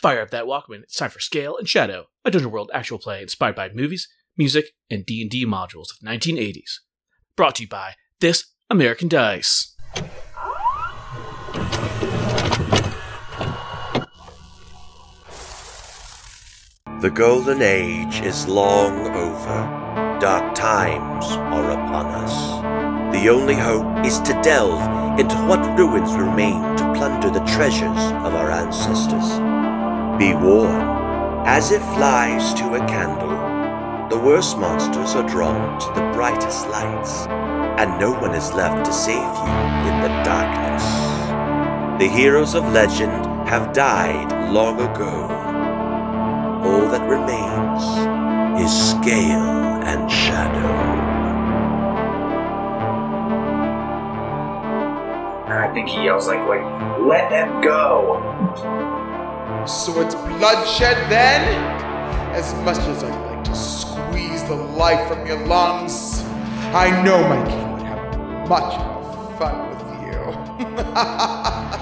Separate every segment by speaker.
Speaker 1: Fire up that Walkman. It's time for Scale and Shadow, a Dungeon World actual play inspired by movies, music, and D&D modules of 1980s. Brought to you by This American Dice.
Speaker 2: The golden age is long over. Dark times are upon us. The only hope is to delve into what ruins remain to plunder the treasures of our ancestors. Be warned, as it flies to a candle, the worst monsters are drawn to the brightest lights, and no one is left to save you in the darkness. The heroes of legend have died long ago all that remains is scale and shadow.
Speaker 3: And I think he yells like, like, let them go.
Speaker 4: So it's bloodshed then? As much as I'd like to squeeze the life from your lungs, I know my king would have much more fun with you.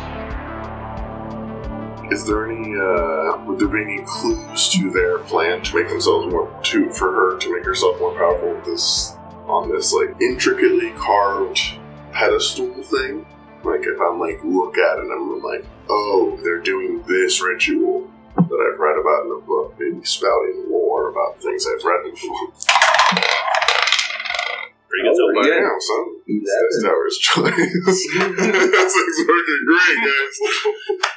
Speaker 5: Is there any, uh, would there be any clues to their plan to make themselves more, to, for her to make herself more powerful with this, on this, like, intricately carved pedestal thing? Like, if I'm, like, look at it and I'm like, oh, they're doing this ritual that I've read about in a book, maybe spouting lore about things I've read before. Bring
Speaker 6: us over
Speaker 5: yeah,
Speaker 6: here.
Speaker 5: now, son. That's Tower's choice. That's like working great, guys.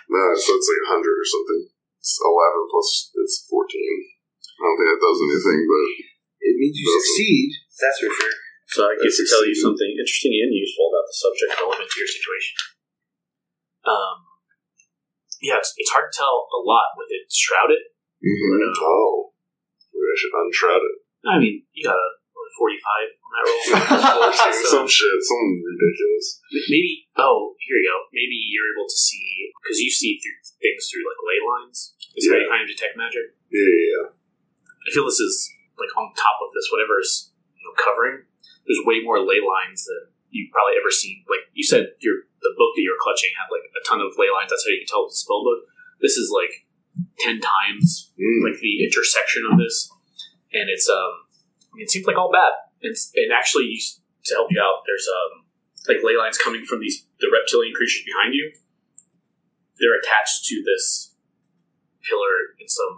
Speaker 5: no, so it's like 100 or something. It's 11 plus, it's 14. I don't think that does anything, but
Speaker 6: It means you succeed. That's for sure.
Speaker 7: So I get to
Speaker 5: That's
Speaker 7: tell you
Speaker 5: exciting.
Speaker 7: something interesting and useful about the subject relevant to your situation. Um, yeah, it's, it's hard to tell a lot with it shrouded.
Speaker 5: oh, maybe I should unshroud it.
Speaker 7: I mean, you got a what, 45 on that roll. so
Speaker 5: some shit, something ridiculous.
Speaker 7: m- maybe, oh, here you go. Maybe you're able to see, because you see through things through like ley lines. Is that
Speaker 5: Yeah.
Speaker 7: you kind of detect magic?
Speaker 5: Yeah, yeah, yeah.
Speaker 7: I feel this is like on top of this, whatever is you know, covering. There's way more ley lines than you've probably ever seen. Like you said, your the book that you're clutching had like a ton of ley lines. That's how you can tell it's a spell book. This is like ten times
Speaker 5: Mm.
Speaker 7: like the intersection of this, and it's um, I mean, it seems like all bad. And and actually, you, s- to help you out, there's um, like ley lines coming from these the reptilian creatures behind you. They're attached to this pillar in some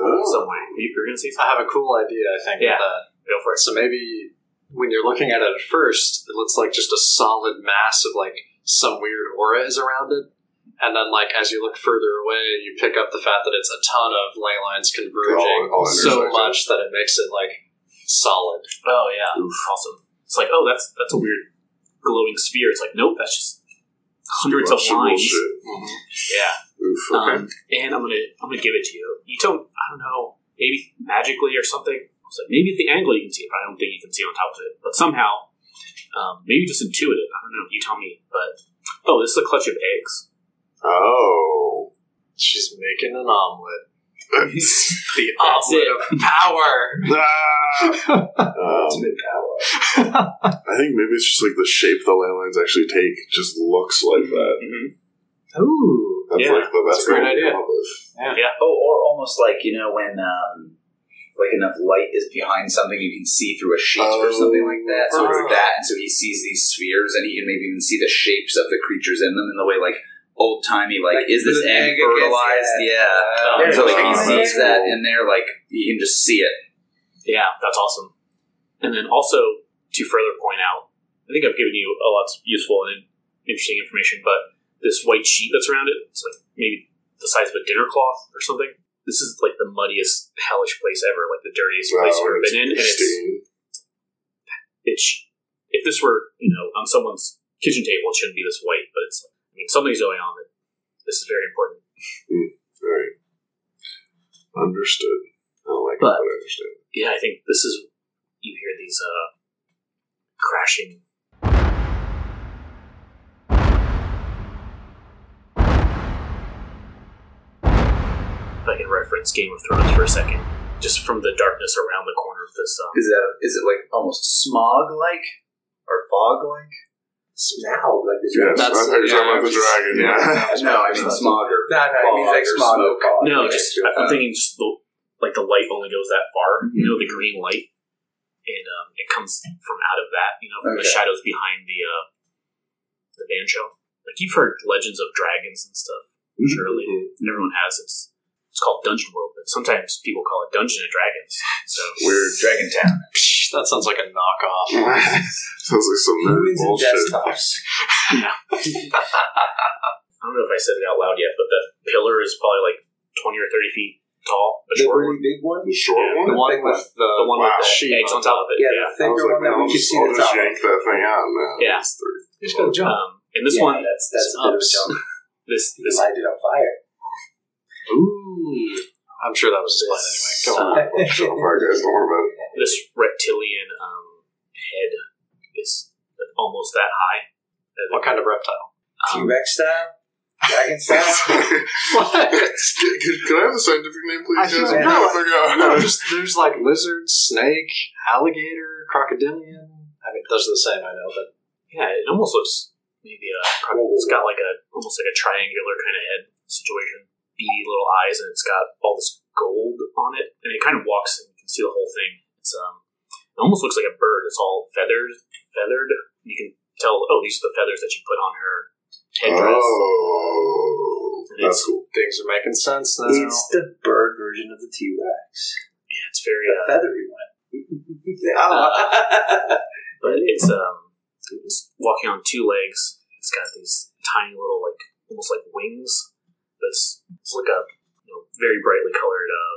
Speaker 5: oh,
Speaker 7: some way. You- You're gonna say something.
Speaker 8: I have a cool idea, I think. With
Speaker 7: Yeah.
Speaker 8: that.
Speaker 7: Go for it.
Speaker 8: So maybe when you're looking at it at first, it looks like just a solid mass of like some weird aura is around it. And then, like as you look further away, you pick up the fact that it's a ton of ley lines converging
Speaker 5: all
Speaker 8: so
Speaker 5: intersected.
Speaker 8: much that it makes it like solid.
Speaker 7: Oh yeah, awesome. It's like, oh, that's that's a weird glowing sphere. It's like, nope, that's just hundreds of
Speaker 5: bunch
Speaker 7: lines.
Speaker 5: bullshit.
Speaker 7: Yeah,
Speaker 5: Oof, okay.
Speaker 7: um, and I'm gonna I'm gonna give it to you. You don't, I don't know, maybe magically or something. I was like, maybe at the angle you can see it, but I don't think you can see on top of it. But somehow, um, maybe just intuitive. I don't know. You tell me. But oh, this is a clutch of eggs.
Speaker 5: oh.
Speaker 8: She's making an omelet.
Speaker 5: That's-
Speaker 8: The
Speaker 7: That's
Speaker 8: omelet of power.
Speaker 5: Ah! Um, I think maybe it's just like the shape the landlines actually take just looks like that.
Speaker 7: Mm-hmm.
Speaker 8: Ooh.
Speaker 5: That's
Speaker 7: Yeah,
Speaker 5: like the
Speaker 8: that's
Speaker 5: best
Speaker 8: a great
Speaker 5: thing I can
Speaker 8: idea.
Speaker 5: come up with.
Speaker 3: Oh, or almost like, you know, when um, like enough light is behind something you can see through a sheet or something like that. So it's
Speaker 5: Oh.
Speaker 3: that, and so he sees these spheres and he can maybe even see the shapes of the creatures in them in the way like old timey, like, is this
Speaker 8: with an egg, I
Speaker 3: egg
Speaker 8: guess,
Speaker 3: fertilized? Yeah.
Speaker 7: Um,
Speaker 3: And so like he
Speaker 5: There's a
Speaker 3: sees
Speaker 5: lot.
Speaker 3: that in there, like you can just see it.
Speaker 7: Yeah, that's awesome. And then also to further point out, I think I've given you a lot of useful and interesting information, but this white sheet that's around it, it's like maybe the size of a dinner cloth or something. This is like the muddiest, hellish place ever, like the dirtiest place you've
Speaker 5: Wow,
Speaker 7: ever
Speaker 5: it's
Speaker 7: been in. And it's,
Speaker 5: pristine.
Speaker 7: it's if this were, you know, on someone's kitchen table, it shouldn't be this white, but it's, I mean, something's going on. That this is very important.
Speaker 5: All right. Understood. I don't like
Speaker 7: But-
Speaker 5: it, but I understand.
Speaker 7: Yeah, I think this is, you hear these uh, crashing if I can reference Game of Thrones for a second, just from the darkness around the corner of this. Um,
Speaker 3: Is that is it like almost smog like or fog like?
Speaker 6: Smaug, like the
Speaker 5: Yes,
Speaker 8: That's-
Speaker 5: I thought you were
Speaker 8: yeah,
Speaker 5: talking about
Speaker 8: I was-
Speaker 5: the dragon. Yeah.
Speaker 3: No, I mean smog or
Speaker 6: No, no, it means
Speaker 3: fog
Speaker 6: like
Speaker 3: or
Speaker 6: smog
Speaker 3: smoke.
Speaker 6: or fog.
Speaker 7: No,
Speaker 6: Okay,
Speaker 7: just
Speaker 6: so,
Speaker 7: I'm
Speaker 6: uh,
Speaker 7: thinking just the like the light only goes that far.
Speaker 3: Mm-hmm.
Speaker 7: You know, the green light, and um, it comes from out of that. You know, from the
Speaker 3: Okay.
Speaker 7: shadows behind the uh, the band shell. Like you've heard legends of dragons and stuff.
Speaker 3: Mm-hmm.
Speaker 7: Surely, everyone has. It's it's called Dungeon World, but sometimes people call it Dungeon and Dragons. So
Speaker 3: We're Dragon Town.
Speaker 8: Psh, that sounds like a knockoff.
Speaker 5: Sounds like some nerd
Speaker 6: Humans and
Speaker 5: bullshit.
Speaker 6: desktops.
Speaker 7: I don't know if I said it out loud yet, but the pillar is probably like twenty or thirty feet tall. The
Speaker 6: The
Speaker 7: short one,
Speaker 6: really big one.
Speaker 5: The short
Speaker 7: Yeah.
Speaker 5: one?
Speaker 8: The one
Speaker 6: Big one.
Speaker 8: with the,
Speaker 7: the one
Speaker 5: wow.
Speaker 7: with the
Speaker 8: She-
Speaker 7: eggs on top of it.
Speaker 6: Yeah,
Speaker 7: Yeah,
Speaker 6: the
Speaker 5: I
Speaker 6: thicker
Speaker 5: was like,
Speaker 6: one that
Speaker 5: man,
Speaker 6: we
Speaker 5: I'll
Speaker 6: can
Speaker 5: just,
Speaker 6: see
Speaker 5: I'll
Speaker 6: the
Speaker 5: just
Speaker 6: top.
Speaker 5: yank that thing out now.
Speaker 7: Yeah.
Speaker 5: It's three.
Speaker 8: Just go jump.
Speaker 7: Um, and this
Speaker 6: yeah,
Speaker 7: one,
Speaker 6: That's that's a bit of a
Speaker 7: ups.
Speaker 6: jump.
Speaker 7: this
Speaker 6: You
Speaker 7: this
Speaker 6: light it on fire.
Speaker 8: Ooh. I'm sure that was his plan anyway. Go on.
Speaker 5: Shut up, alright, guys. Don't worry about it.
Speaker 7: this reptilian um, head is like, almost that high.
Speaker 8: What kind of reptile?
Speaker 7: Um,
Speaker 6: T-Rex style, dragon style.
Speaker 8: what?
Speaker 5: Can- Can, can I have the scientific name, please?
Speaker 8: I
Speaker 5: guys?
Speaker 8: feel
Speaker 5: I'm
Speaker 6: like-
Speaker 5: trying to figure out.
Speaker 8: no, just, there's like lizard, snake, alligator, crocodilian. I mean, those are the same, I know, but
Speaker 7: yeah, it almost looks maybe a. It's got like a almost like a triangular kind of head situation, beady little eyes, and it's got all this gold on it, and it kind of walks, and you can see the whole thing. It's um, it almost looks like a bird. It's all feathers, feathered. You can tell. Oh, these are the feathers that she put on her headdress.
Speaker 5: Oh, that's cool.
Speaker 8: things are making sense now.
Speaker 6: It's the bird version of the T-Rex,
Speaker 7: Yeah, it's very. Uh,
Speaker 6: the feathery one. Ah.
Speaker 7: but it's um it's walking on two legs. It's got these tiny little like almost like wings. That's it's like a you know, very brightly colored uh,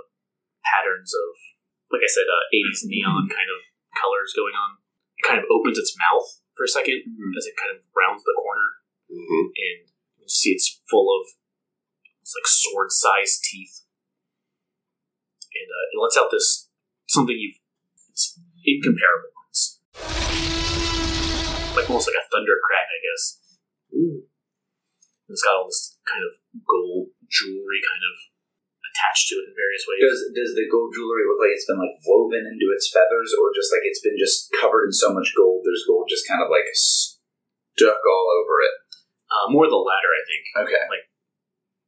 Speaker 7: patterns of like I said uh, 80s neon kind of colors going on. It kind of opens its mouth for a 2nd as it kind of rounds the corner,
Speaker 5: Mm-hmm.
Speaker 7: and you see it's full of it's like sword sized teeth, and uh, it lets out this something you've it's incomparable. It's like almost like a thunder crack, I guess. And it's got all this kind of gold jewelry kind of attached to it in various ways.
Speaker 3: Does does the gold jewelry look like it's been like woven into its feathers, or just like it's been just covered in so much gold? There's gold just kind of like stuck all over it.
Speaker 7: Uh, more the latter, I think.
Speaker 3: Okay.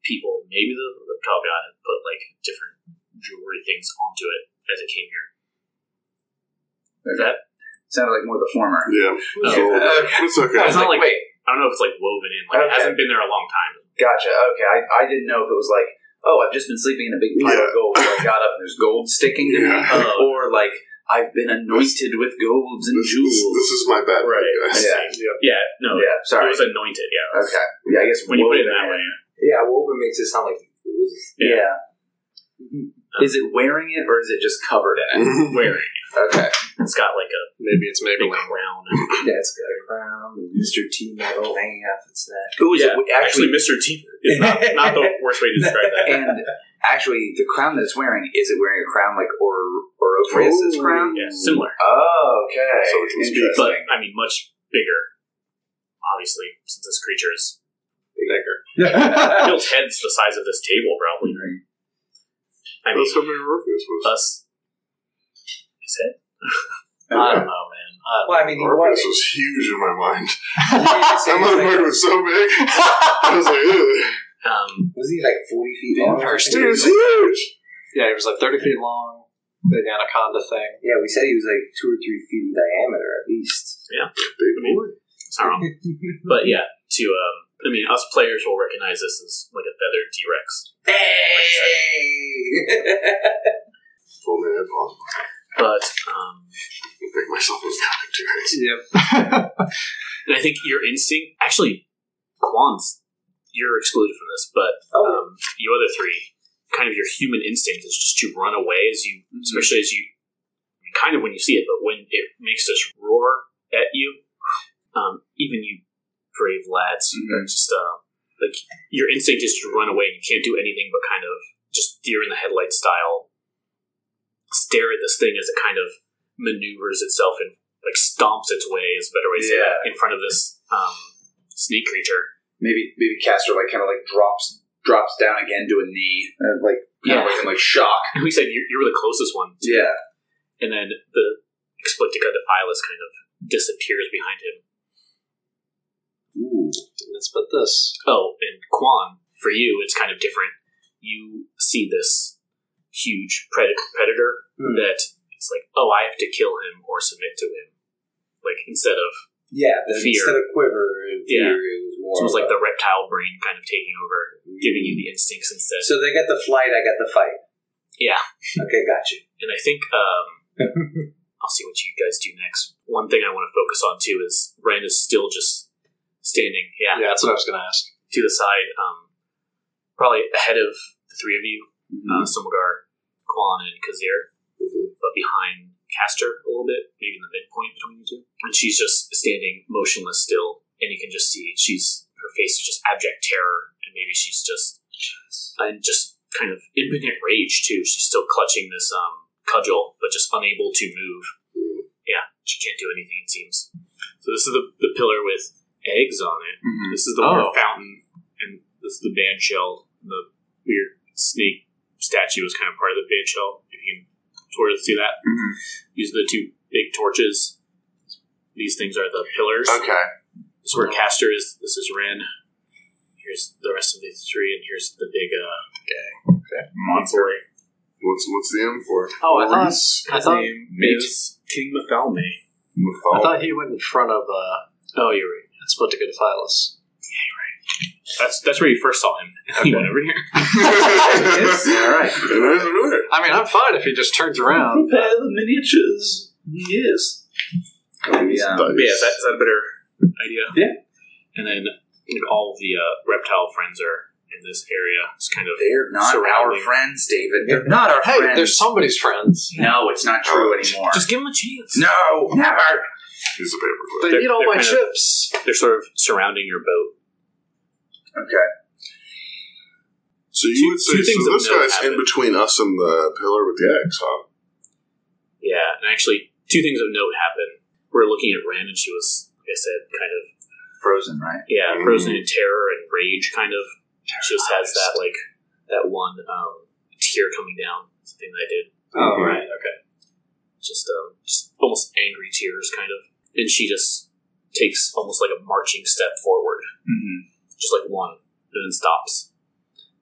Speaker 7: People, maybe the reptile god, had put like different jewelry things onto it as it came here. Is that?
Speaker 3: Sounded like more the former.
Speaker 5: Yeah.
Speaker 7: Oh,
Speaker 5: So,
Speaker 3: okay.
Speaker 5: It's okay.
Speaker 7: No, it's not like
Speaker 3: wait,
Speaker 7: I don't know if it's like woven in. Like it
Speaker 3: Okay.
Speaker 7: hasn't been there a long time.
Speaker 3: gotcha. Okay, I, I didn't know if it was like, oh, I've just been sleeping in a big pile of gold. I got up and there's gold sticking to me,
Speaker 5: Yeah.
Speaker 7: Oh.
Speaker 3: or like I've been anointed with golds and
Speaker 5: This, this, this
Speaker 3: jewels.
Speaker 5: is my bad.
Speaker 7: Right.
Speaker 5: Guys.
Speaker 3: Yeah.
Speaker 7: Yeah. No.
Speaker 3: Yeah, sorry.
Speaker 7: It was anointed. Yeah.
Speaker 3: Okay. Yeah, I guess
Speaker 7: When you put it
Speaker 3: woven
Speaker 7: in that way.
Speaker 6: yeah, woven makes it Mm-hmm. sound like
Speaker 3: Yeah. Is it wearing it or is it just covered in it?
Speaker 5: Mhm.
Speaker 7: Where
Speaker 3: Okay.
Speaker 7: it's got like a
Speaker 8: Maybe it's
Speaker 7: big
Speaker 8: Maybelline.
Speaker 7: crown.
Speaker 6: yeah, it's got a crown, and Mr. T metal hanging off its neck.
Speaker 3: Who
Speaker 7: Yeah, Actually, Mr. T is not, not the worst way to describe that.
Speaker 3: and actually, the crown that it's wearing is it wearing a crown like or Orophreus's
Speaker 5: Ooh.
Speaker 3: crown?
Speaker 7: Yeah, similar,
Speaker 3: Oh, okay.
Speaker 5: So it can speak,
Speaker 7: but
Speaker 3: Interesting.
Speaker 7: I mean much bigger. Obviously, since this creature is
Speaker 8: Bigger.
Speaker 7: Bill's head's the size of this table, probably. I mean,
Speaker 5: That's how big Orpheus was.
Speaker 7: us. His head.
Speaker 8: I
Speaker 3: Uh,
Speaker 8: don't know, man. I
Speaker 7: Uh,
Speaker 8: don't
Speaker 6: Well, I mean, he was.
Speaker 5: Orpheus was huge in my mind. That motherfucker
Speaker 6: was
Speaker 5: was so big. I was like, ew.
Speaker 7: Um,
Speaker 6: he like forty feet long?
Speaker 8: Yeah, first
Speaker 5: Dude, it's
Speaker 6: Yeah,
Speaker 5: huge.
Speaker 8: Yeah, it was like 30 feet long, big anaconda thing.
Speaker 6: we said he was like two or three feet in diameter at least.
Speaker 5: Big
Speaker 7: mean-
Speaker 5: boy.
Speaker 7: it's not wrong. But yeah, to um, I mean, us players will recognize this as like a feathered T Rex.
Speaker 6: Hey!
Speaker 5: Full man headphones.
Speaker 7: But um,
Speaker 5: I think myself in the commentaries.
Speaker 8: Yep.
Speaker 7: and I think your instinct, actually, Quan's, you're excluded from this, but
Speaker 6: oh,
Speaker 7: um, you other three, kind of your human instinct is just to run away as you, especially as you, kind of when you see it, but when it makes this roar at you, um, even you brave lads,
Speaker 3: Mhm.
Speaker 7: just uh, like your instinct is to run away and you can't do anything but kind of just deer in the headlight style stare at this thing as it kind of maneuvers itself and like stomps its way is a better way to say that in front of this um, snake creature
Speaker 3: maybe maybe Castor like kind of like drops drops down again to a knee, uh, like kind
Speaker 7: Yeah.
Speaker 3: of like in like shock.
Speaker 7: we said you're, you're the closest one to
Speaker 3: Yeah.
Speaker 7: and then the Explitica Defilus kind of disappears behind him.
Speaker 5: Ooh.
Speaker 8: Didn't expect this.
Speaker 7: Oh, and Quan, for you, it's kind of different. You see this huge pred- predator
Speaker 6: Hmm.
Speaker 7: that it's like, oh, I have to kill him or submit to him. Like, instead of,
Speaker 6: Yeah, the,
Speaker 7: Fear.
Speaker 6: instead of quiver and fear,
Speaker 7: Yeah.
Speaker 6: it was more.
Speaker 7: it's almost
Speaker 6: of
Speaker 7: like
Speaker 6: a-
Speaker 7: the reptile brain kind of taking over, giving you the instincts instead.
Speaker 6: So they got the flight, I got the fight.
Speaker 7: yeah.
Speaker 6: Okay, got you.
Speaker 7: And I think um, I'll see what you guys do next. One thing I want to focus on too is Ren is still just standing, yeah,
Speaker 8: Yeah, that's what I was gonna ask.
Speaker 7: to the side, um, probably ahead of the three of you, uh, Somagar, Kwan, and Kazir, but behind Castor a little bit, maybe in the midpoint between the two. And she's just standing motionless still, and you can just see she's her face is just abject terror, and maybe she's just and just kind of impotent rage too. She's still clutching this um, cudgel, but just unable to move. Yeah, she can't do anything. It seems. So this is the, the pillar with eggs on it.
Speaker 5: Mm-hmm.
Speaker 7: This is the water
Speaker 8: Oh.
Speaker 7: fountain, and this is the band shell. The weird snake statue is kind of part of the band shell. If you can sort of see that, these are the two big torches. These things are the pillars.
Speaker 5: Okay.
Speaker 7: This is where Castor is. This is Ren. Here's the rest of the three, and here's the big uh,
Speaker 3: Monster.
Speaker 7: boy.
Speaker 5: What's what's the M for?
Speaker 8: Oh, I thought,
Speaker 5: Maurice
Speaker 8: I thought,
Speaker 7: name is King Mephalme.
Speaker 5: Mathal.
Speaker 8: I
Speaker 3: Oh.
Speaker 8: thought he went in front of uh,
Speaker 7: Oh, you're right.
Speaker 8: Split to Goodphilus.
Speaker 7: That's that's where you first saw him. he went over here.
Speaker 5: All right.
Speaker 8: I mean, I'm fine if he just turns around.
Speaker 7: the miniatures. Yes.
Speaker 3: Yeah.
Speaker 7: But yeah, is that, is that a better idea?
Speaker 6: Yeah.
Speaker 7: And then like, all of the uh, reptile friends are in this area. It's kind of
Speaker 3: They're not our
Speaker 7: Surrounding.
Speaker 3: friends, David. They're not our
Speaker 8: Hey,
Speaker 3: friends.
Speaker 8: they're somebody's friends.
Speaker 3: no, it's not true anymore.
Speaker 7: just give them a chance.
Speaker 3: no, never.
Speaker 5: He's a paperclip.
Speaker 8: They
Speaker 7: They're-
Speaker 8: eat all
Speaker 7: they're
Speaker 8: my
Speaker 7: kind of-
Speaker 8: chips.
Speaker 7: They're sort of surrounding your boat.
Speaker 3: Okay.
Speaker 5: So you
Speaker 7: Two-
Speaker 5: would say
Speaker 7: two things
Speaker 5: so
Speaker 7: of
Speaker 5: this
Speaker 7: note
Speaker 5: guy's in
Speaker 7: happened.
Speaker 5: between us and the pillar with the axe, huh?
Speaker 7: Yeah, and actually, two things of note happened. We are looking at Ren, and she was, like I said, kind of
Speaker 3: Frozen, right?
Speaker 7: yeah,
Speaker 5: Mm.
Speaker 7: frozen in terror and rage, kind of. She just has that like that one um, tear coming down. It's the thing that I did.
Speaker 8: Oh,
Speaker 3: Mm-hmm.
Speaker 5: Mhm.
Speaker 8: right, okay.
Speaker 7: Just um, just almost angry tears, kind of. And she just takes almost like a marching step forward,
Speaker 3: Mm-hmm.
Speaker 7: just like one, and then stops.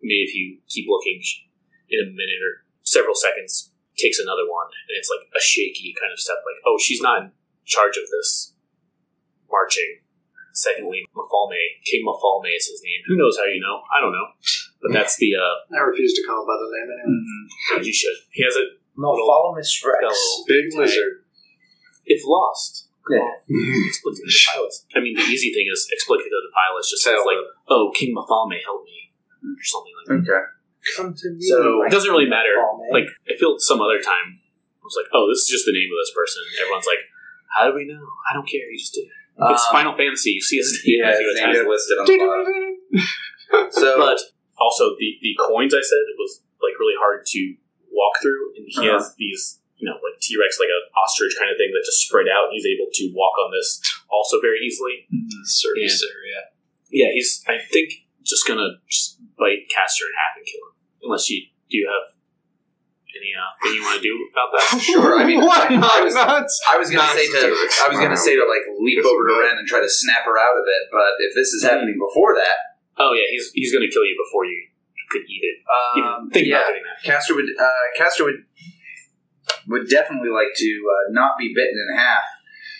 Speaker 7: Maybe if you keep looking, she- in a minute or several seconds, takes another one, and it's like a shaky kind of step. Like, oh, she's not in charge of this marching. Secondly, Mafalme, King Mafalme is his name. Who knows how you know? I don't know, but that's the uh,
Speaker 8: I refuse to call him by the name anyway.
Speaker 3: Mm-hmm.
Speaker 7: you should. He has it.
Speaker 6: No, follow Miss Rex.
Speaker 7: Fellow.
Speaker 8: Big lizard.
Speaker 7: If lost,
Speaker 6: Yeah.
Speaker 7: Explicit Defilus. I mean, the easy thing is Explicit Defilus just says
Speaker 8: Tell
Speaker 7: like, "Oh, King Mafalme, help me," or something like that.
Speaker 3: Okay.
Speaker 6: Come to me.
Speaker 3: Mm-hmm. So-
Speaker 6: my
Speaker 7: It doesn't really matter.
Speaker 6: Mephalme.
Speaker 7: Like I feel some other time, I was like, "Oh, this is just the name of this person." Everyone's like, "How do we know?" I don't care. You just did. it. It's
Speaker 3: Um,
Speaker 7: Final Fantasy. You see his name.
Speaker 3: Yeah,
Speaker 7: as
Speaker 3: his
Speaker 7: you
Speaker 3: name
Speaker 7: attack.
Speaker 3: is listed on the bottom. So,
Speaker 7: But also the the coins I said was like really hard to walk through, and he
Speaker 3: Uh-huh.
Speaker 7: has these you know like T Rex like an ostrich kind of thing that just spread out. He's able to walk on this also very easily.
Speaker 3: mm,
Speaker 8: Service
Speaker 7: And-
Speaker 8: area.
Speaker 7: Yeah, he's. I think just gonna just bite Caster in half and kill him. Unless you do you have any uh, thing you want to do about that.
Speaker 3: sure. I mean,
Speaker 8: what?
Speaker 3: I was-
Speaker 8: nuts?
Speaker 3: I was gonna say to I was gonna say to like leap over to Ren and try to snap her out of it, but if this is happening before that,
Speaker 7: Oh yeah, he's he's gonna kill you before you could eat it. Even
Speaker 3: um,
Speaker 7: think
Speaker 3: yeah,
Speaker 7: about doing that.
Speaker 3: Castor would uh, Castor would would definitely like to uh, not be bitten in half.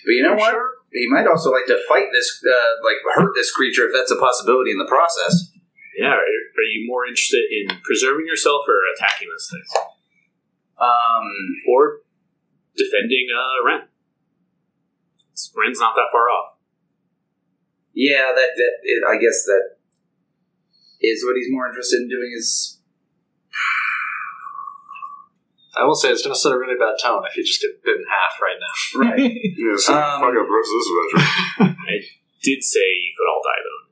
Speaker 3: But you know what? He might also like to fight this, uh, like hurt this creature if that's a possibility in the process.
Speaker 7: Yeah, are, are you more interested in preserving yourself or attacking this thing
Speaker 3: Um,
Speaker 7: or defending uh, Ren? It's- Ren's not that far off.
Speaker 3: Yeah, that that it, I guess that is what he's more interested in doing is
Speaker 8: I will say it's going to set a really bad tone if you just get bit in half right now.
Speaker 3: right.
Speaker 5: Yeah, so
Speaker 3: Um,
Speaker 5: fuck up the rest of this adventure.
Speaker 7: Did say you could all die though.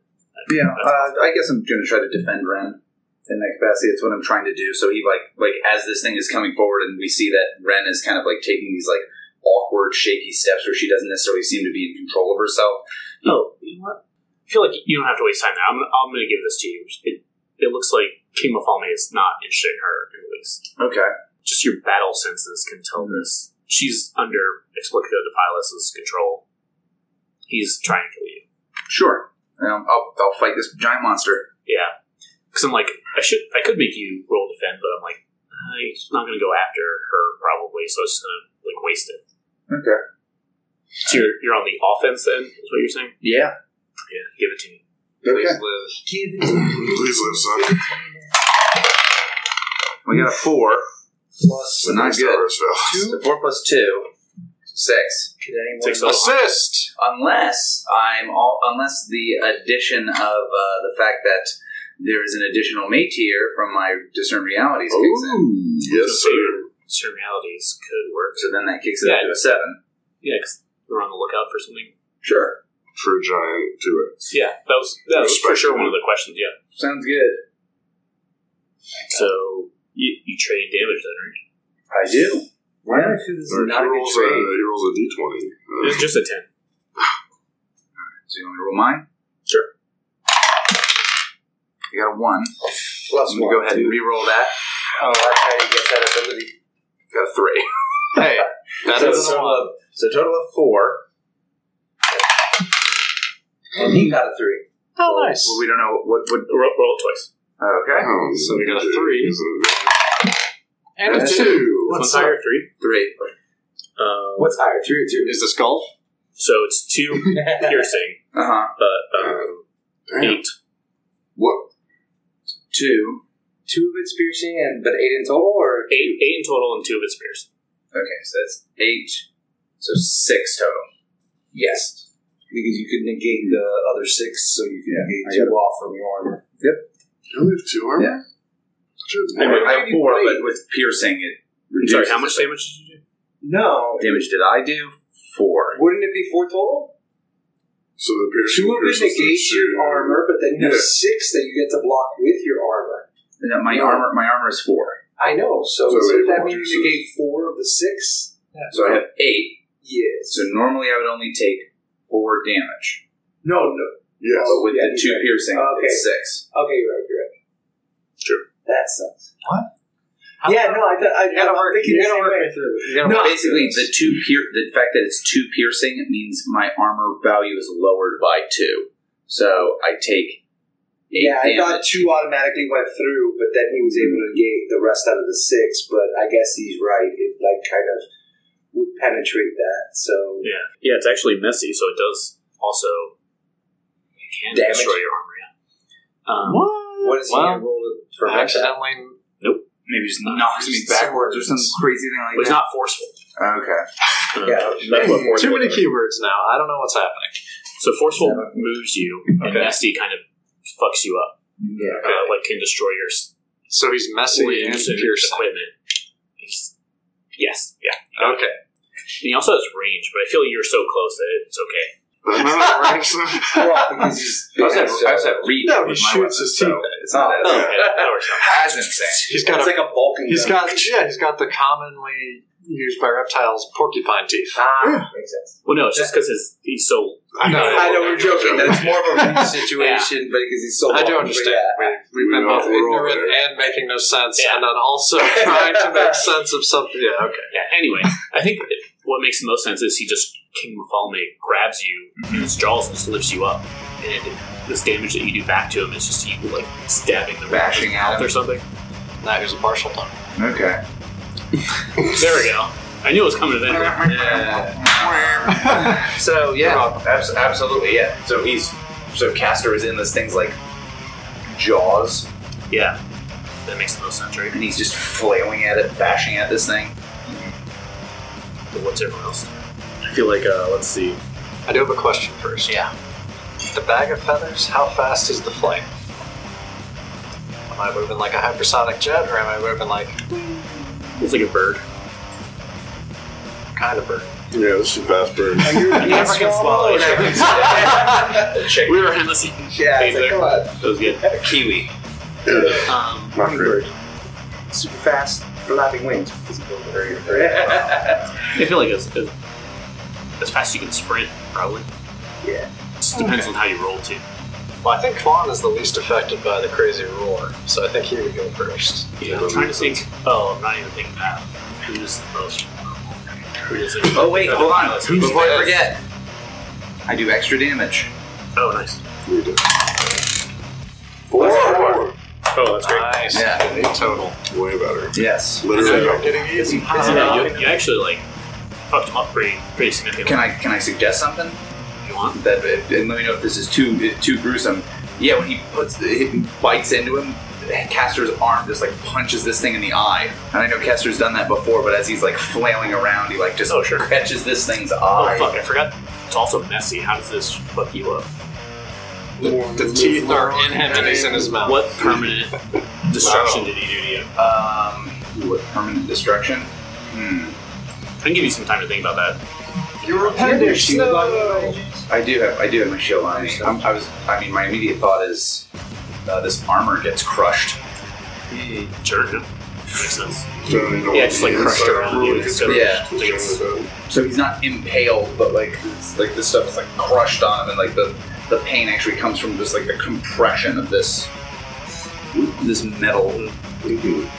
Speaker 3: yeah, uh, I guess I'm going to try to defend Ren in that capacity. That's what I'm trying to do. So he like like as this thing is coming forward, and we see that Ren is kind of like taking these like awkward, shaky steps where she doesn't necessarily seem to be in control of herself.
Speaker 7: Oh, you know what? I feel like you don't have to waste time now. I'm, I'm going to give this to you. It, it looks like King Mafalme is not interested in her, at least.
Speaker 3: Okay,
Speaker 7: Just your battle senses can tell this. She's under Explico Defilus's control. He's trying to kill you.
Speaker 3: sure. You know, I'll, I'll fight this giant monster.
Speaker 7: Yeah, because I'm like, I should, I could make you roll defend, but I'm like, uh, he's not going to go after her probably, so it's just going to like waste it.
Speaker 3: Okay.
Speaker 7: So you're, you're on the offense then, is what you're saying?
Speaker 3: Yeah.
Speaker 7: Yeah, give it to me.
Speaker 3: Okay.
Speaker 5: Please live, son.
Speaker 3: We got a four.
Speaker 6: Plus,
Speaker 5: The
Speaker 3: Not
Speaker 5: nice
Speaker 3: good.
Speaker 5: stars fell.
Speaker 3: So four plus two, six.
Speaker 6: could anyone
Speaker 7: Six
Speaker 6: roll-
Speaker 8: Assist!
Speaker 3: Unless I'm all, unless the addition of uh, the fact that there is an additional mate here from my discern realities kicks in.
Speaker 5: Ooh, yes,
Speaker 7: So
Speaker 5: sir.
Speaker 7: your surrealities could work.
Speaker 3: So then that kicks it
Speaker 7: Yeah.
Speaker 3: up to a seven.
Speaker 7: Yeah, because we're on the lookout for something.
Speaker 3: Sure.
Speaker 5: True giant, do it.
Speaker 7: Yeah, that was that was for sure one of the questions. Yeah.
Speaker 3: Sounds good.
Speaker 7: So you, you trade damage then, right?
Speaker 3: I do. Why do I feel this is
Speaker 5: Alright, he,
Speaker 3: not a good
Speaker 5: rolls a,
Speaker 3: trade?
Speaker 5: he rolls a d20.
Speaker 7: It was
Speaker 5: Uh,
Speaker 7: just a ten.
Speaker 3: So you want me to roll mine?
Speaker 7: Sure.
Speaker 3: I got a one.
Speaker 6: plus
Speaker 3: I'm gonna go ahead and
Speaker 6: dude.
Speaker 3: re-roll that.
Speaker 6: Oh, that's how you get that ability.
Speaker 3: Got a three.
Speaker 8: Hey, that
Speaker 3: so,
Speaker 8: is
Speaker 3: total of, so total of four. And he got a three.
Speaker 8: Oh, nice.
Speaker 3: Well, we don't know what. what
Speaker 7: Roll, roll it twice.
Speaker 3: okay.
Speaker 5: um,
Speaker 8: So we got a
Speaker 5: dude,
Speaker 8: three.
Speaker 5: he's an
Speaker 8: And
Speaker 5: advantage. two.
Speaker 8: What's
Speaker 7: One's higher, three.
Speaker 3: Three.
Speaker 7: Um,
Speaker 6: What's higher, three or two?
Speaker 8: Is this golf?
Speaker 7: So it's two piercing,
Speaker 3: Uh huh.
Speaker 7: but um,
Speaker 5: Um, damn.
Speaker 7: eight.
Speaker 5: What?
Speaker 3: Two.
Speaker 6: two of it's piercing, and but eight in total, or
Speaker 7: Eight, eight in total, and two of its spears.
Speaker 3: Okay, so that's eight. So six total.
Speaker 6: yes, because you could negate the other six, so you can
Speaker 3: Yeah, I
Speaker 6: negate two off from your armor.
Speaker 5: You only have two armor?
Speaker 3: Yeah.
Speaker 5: Should have
Speaker 3: I
Speaker 5: more.
Speaker 3: have four, but with piercing, it
Speaker 7: I'm
Speaker 3: reduces.
Speaker 7: sorry, how much
Speaker 3: it.
Speaker 7: damage did you do?
Speaker 6: No,
Speaker 3: damage did I do? Four.
Speaker 6: wouldn't it be four total?
Speaker 5: So the piercing
Speaker 6: Two of it
Speaker 5: pierces the
Speaker 6: negates
Speaker 5: two.
Speaker 6: your armor, but then you have
Speaker 5: Yeah.
Speaker 6: six that you get to block with your armor.
Speaker 3: And then my armor, my armor is four.
Speaker 6: I know, so,
Speaker 5: So
Speaker 6: does
Speaker 5: eight
Speaker 6: that
Speaker 5: more
Speaker 6: mean
Speaker 5: juices.
Speaker 6: you negate four of the six?
Speaker 3: So I have eight.
Speaker 6: Yes.
Speaker 3: So normally I would only take four damage,
Speaker 6: No, no.
Speaker 5: Yes.
Speaker 3: but with
Speaker 6: Yeah,
Speaker 3: the
Speaker 6: you're
Speaker 3: two
Speaker 6: right.
Speaker 3: piercing,
Speaker 6: Okay.
Speaker 3: it's six.
Speaker 6: Okay, you're right. You're right.
Speaker 7: True.
Speaker 6: That sucks.
Speaker 8: How-
Speaker 6: yeah, no, I, th- I,
Speaker 8: You gotta
Speaker 6: I'm
Speaker 8: work- you
Speaker 6: thinking the
Speaker 8: gotta
Speaker 6: same
Speaker 8: work me
Speaker 6: way.
Speaker 8: through.
Speaker 3: No, basically the two pier- the fact that it's two piercing it means my armor value is lowered by two. So I take eight
Speaker 6: Yeah, I
Speaker 3: damage.
Speaker 6: thought two automatically went through, but then he was able to negate the rest out of the six. But I guess he's right; it like kind of would penetrate that. So
Speaker 7: Yeah. Yeah, it's actually messy, so it does also it can
Speaker 3: Damage.
Speaker 7: destroy your armor, yeah. Um,
Speaker 6: what is
Speaker 8: Well,
Speaker 6: he gonna roll it for?
Speaker 8: I accidentally
Speaker 3: Maybe just knocks me
Speaker 8: Swords.
Speaker 3: backwards or some crazy thing
Speaker 7: but
Speaker 3: like
Speaker 7: it's
Speaker 3: that.
Speaker 7: not forceful.
Speaker 3: okay.
Speaker 7: Uh,
Speaker 6: Yeah.
Speaker 7: that's what forceful
Speaker 8: Too many
Speaker 7: does.
Speaker 8: keywords now. I don't know what's happening.
Speaker 7: So forceful moves you, and
Speaker 8: Okay.
Speaker 7: messy kind of fucks you up.
Speaker 6: Yeah.
Speaker 7: Uh, like can destroy your s-
Speaker 8: So he's messing and
Speaker 7: limbs and your
Speaker 8: piercing.
Speaker 7: equipment. He's- Yes, yeah.
Speaker 8: Okay.
Speaker 7: And he also has range, but I feel you're so close that it's okay.
Speaker 5: I'm not at range, so-
Speaker 6: Well, because he's
Speaker 3: I also have, I also have reach
Speaker 8: No,
Speaker 3: with
Speaker 8: he
Speaker 3: my
Speaker 8: shoots
Speaker 3: weapon,
Speaker 8: his
Speaker 3: so
Speaker 8: teeth.
Speaker 3: it's not
Speaker 8: oh,
Speaker 3: as,
Speaker 7: Yeah, that works out.
Speaker 3: as insane.
Speaker 8: He's got
Speaker 6: it's
Speaker 8: a,
Speaker 6: like a bulking.
Speaker 8: he's
Speaker 6: gun.
Speaker 8: got yeah he's got the commonly used by reptiles porcupine teeth.
Speaker 6: ah, makes sense.
Speaker 7: Well, no, it's just because his he's so
Speaker 5: I know.
Speaker 6: I know we're joking. That it's more of a reach situation, but because he's so.
Speaker 8: I do
Speaker 6: bulky, but
Speaker 8: understand.
Speaker 6: yeah.
Speaker 8: We, we've been
Speaker 5: We
Speaker 8: both
Speaker 5: all- we're all
Speaker 8: ignorant
Speaker 5: there.
Speaker 8: and making no sense,
Speaker 7: Yeah.
Speaker 8: and then also trying to make sense of something. Yeah, okay.
Speaker 7: Yeah, anyway, I think what makes the most sense is he just, King Mafalme grabs you
Speaker 6: Mm-hmm.
Speaker 7: in his jaws and just lifts you up. And this damage that you do back to him is just you, like, stabbing the roof
Speaker 3: Bashing at him.
Speaker 7: or something.
Speaker 8: Now here's a partial one.
Speaker 3: Okay.
Speaker 7: There we go. I knew it was coming eventually.
Speaker 3: Yeah. so yeah, abs- absolutely yeah. So he's so Castor is in this thing's like jaws,
Speaker 7: Yeah, that makes the most sense, right?
Speaker 3: and he's just flailing at it, bashing at this thing.
Speaker 7: But what's everyone else? I feel like, uh, let's see.
Speaker 8: I do have a question first.
Speaker 7: Yeah.
Speaker 8: The bag of feathers. How fast is the flight? Am I moving like a hypersonic jet, or am I moving like
Speaker 7: It's like a bird.
Speaker 8: kind of bird?
Speaker 5: Yeah, this is fast burn.
Speaker 6: Are you being
Speaker 7: Never gets
Speaker 6: swallowed?
Speaker 7: We were endless.
Speaker 6: Yeah, it's like, come on.
Speaker 7: That was good.
Speaker 3: A kiwi.
Speaker 7: Um,
Speaker 5: Not great.
Speaker 6: super fast, flapping wings. Very, very-
Speaker 3: Oh,
Speaker 7: I feel like as, as, as fast as you can sprint, probably.
Speaker 6: Yeah.
Speaker 7: Just depends on how you roll, too.
Speaker 8: Well, I think Kwan is the least affected by the crazy roar, so I think he would go first.
Speaker 7: Yeah, I'm trying to think. Oh, I'm not even thinking that. Who's the most? Who is it?
Speaker 3: Oh wait, hold on.
Speaker 7: Who's
Speaker 3: Before I
Speaker 7: this?
Speaker 3: forget, I do extra damage.
Speaker 7: Oh, nice.
Speaker 5: Three different. Four. Four.
Speaker 7: Oh, that's great.
Speaker 8: Nice.
Speaker 3: Yeah.
Speaker 8: Eight total.
Speaker 5: Way better.
Speaker 3: Yes.
Speaker 5: Literally double.
Speaker 8: getting easy.
Speaker 7: So, yeah, you, you actually like fucked him up pretty pretty significantly.
Speaker 3: Can I can I suggest something?
Speaker 7: if you want?
Speaker 3: That uh, and let me know if this is too too gruesome. Yeah, when he puts he bites into him, Castor's arm just like punches this thing in the eye. And I know Castor's done that before, but as he's like flailing around, he like just
Speaker 7: Oh, sure.
Speaker 3: catches this thing's
Speaker 7: Oh
Speaker 3: eye.
Speaker 7: fuck! I forgot. It's also messy. How does this fuck you up?
Speaker 8: The teeth are in him and he's in his mouth.
Speaker 7: What permanent destruction did he do to you?
Speaker 3: Um, ooh, what permanent destruction? Hmm.
Speaker 7: I can give you some time to think about that.
Speaker 8: Your appendix. No.
Speaker 3: I do have I do have my shield on. me. I'm, I was I mean my immediate thought is uh, this armor gets crushed.
Speaker 7: Sure, yeah. makes sense.
Speaker 5: Yeah,
Speaker 7: just, like, crushed around you and stuff.
Speaker 3: Yeah. So he's not impaled, but like it's, like this stuff is like crushed on him, and like the the pain actually comes from just like the compression of this this metal.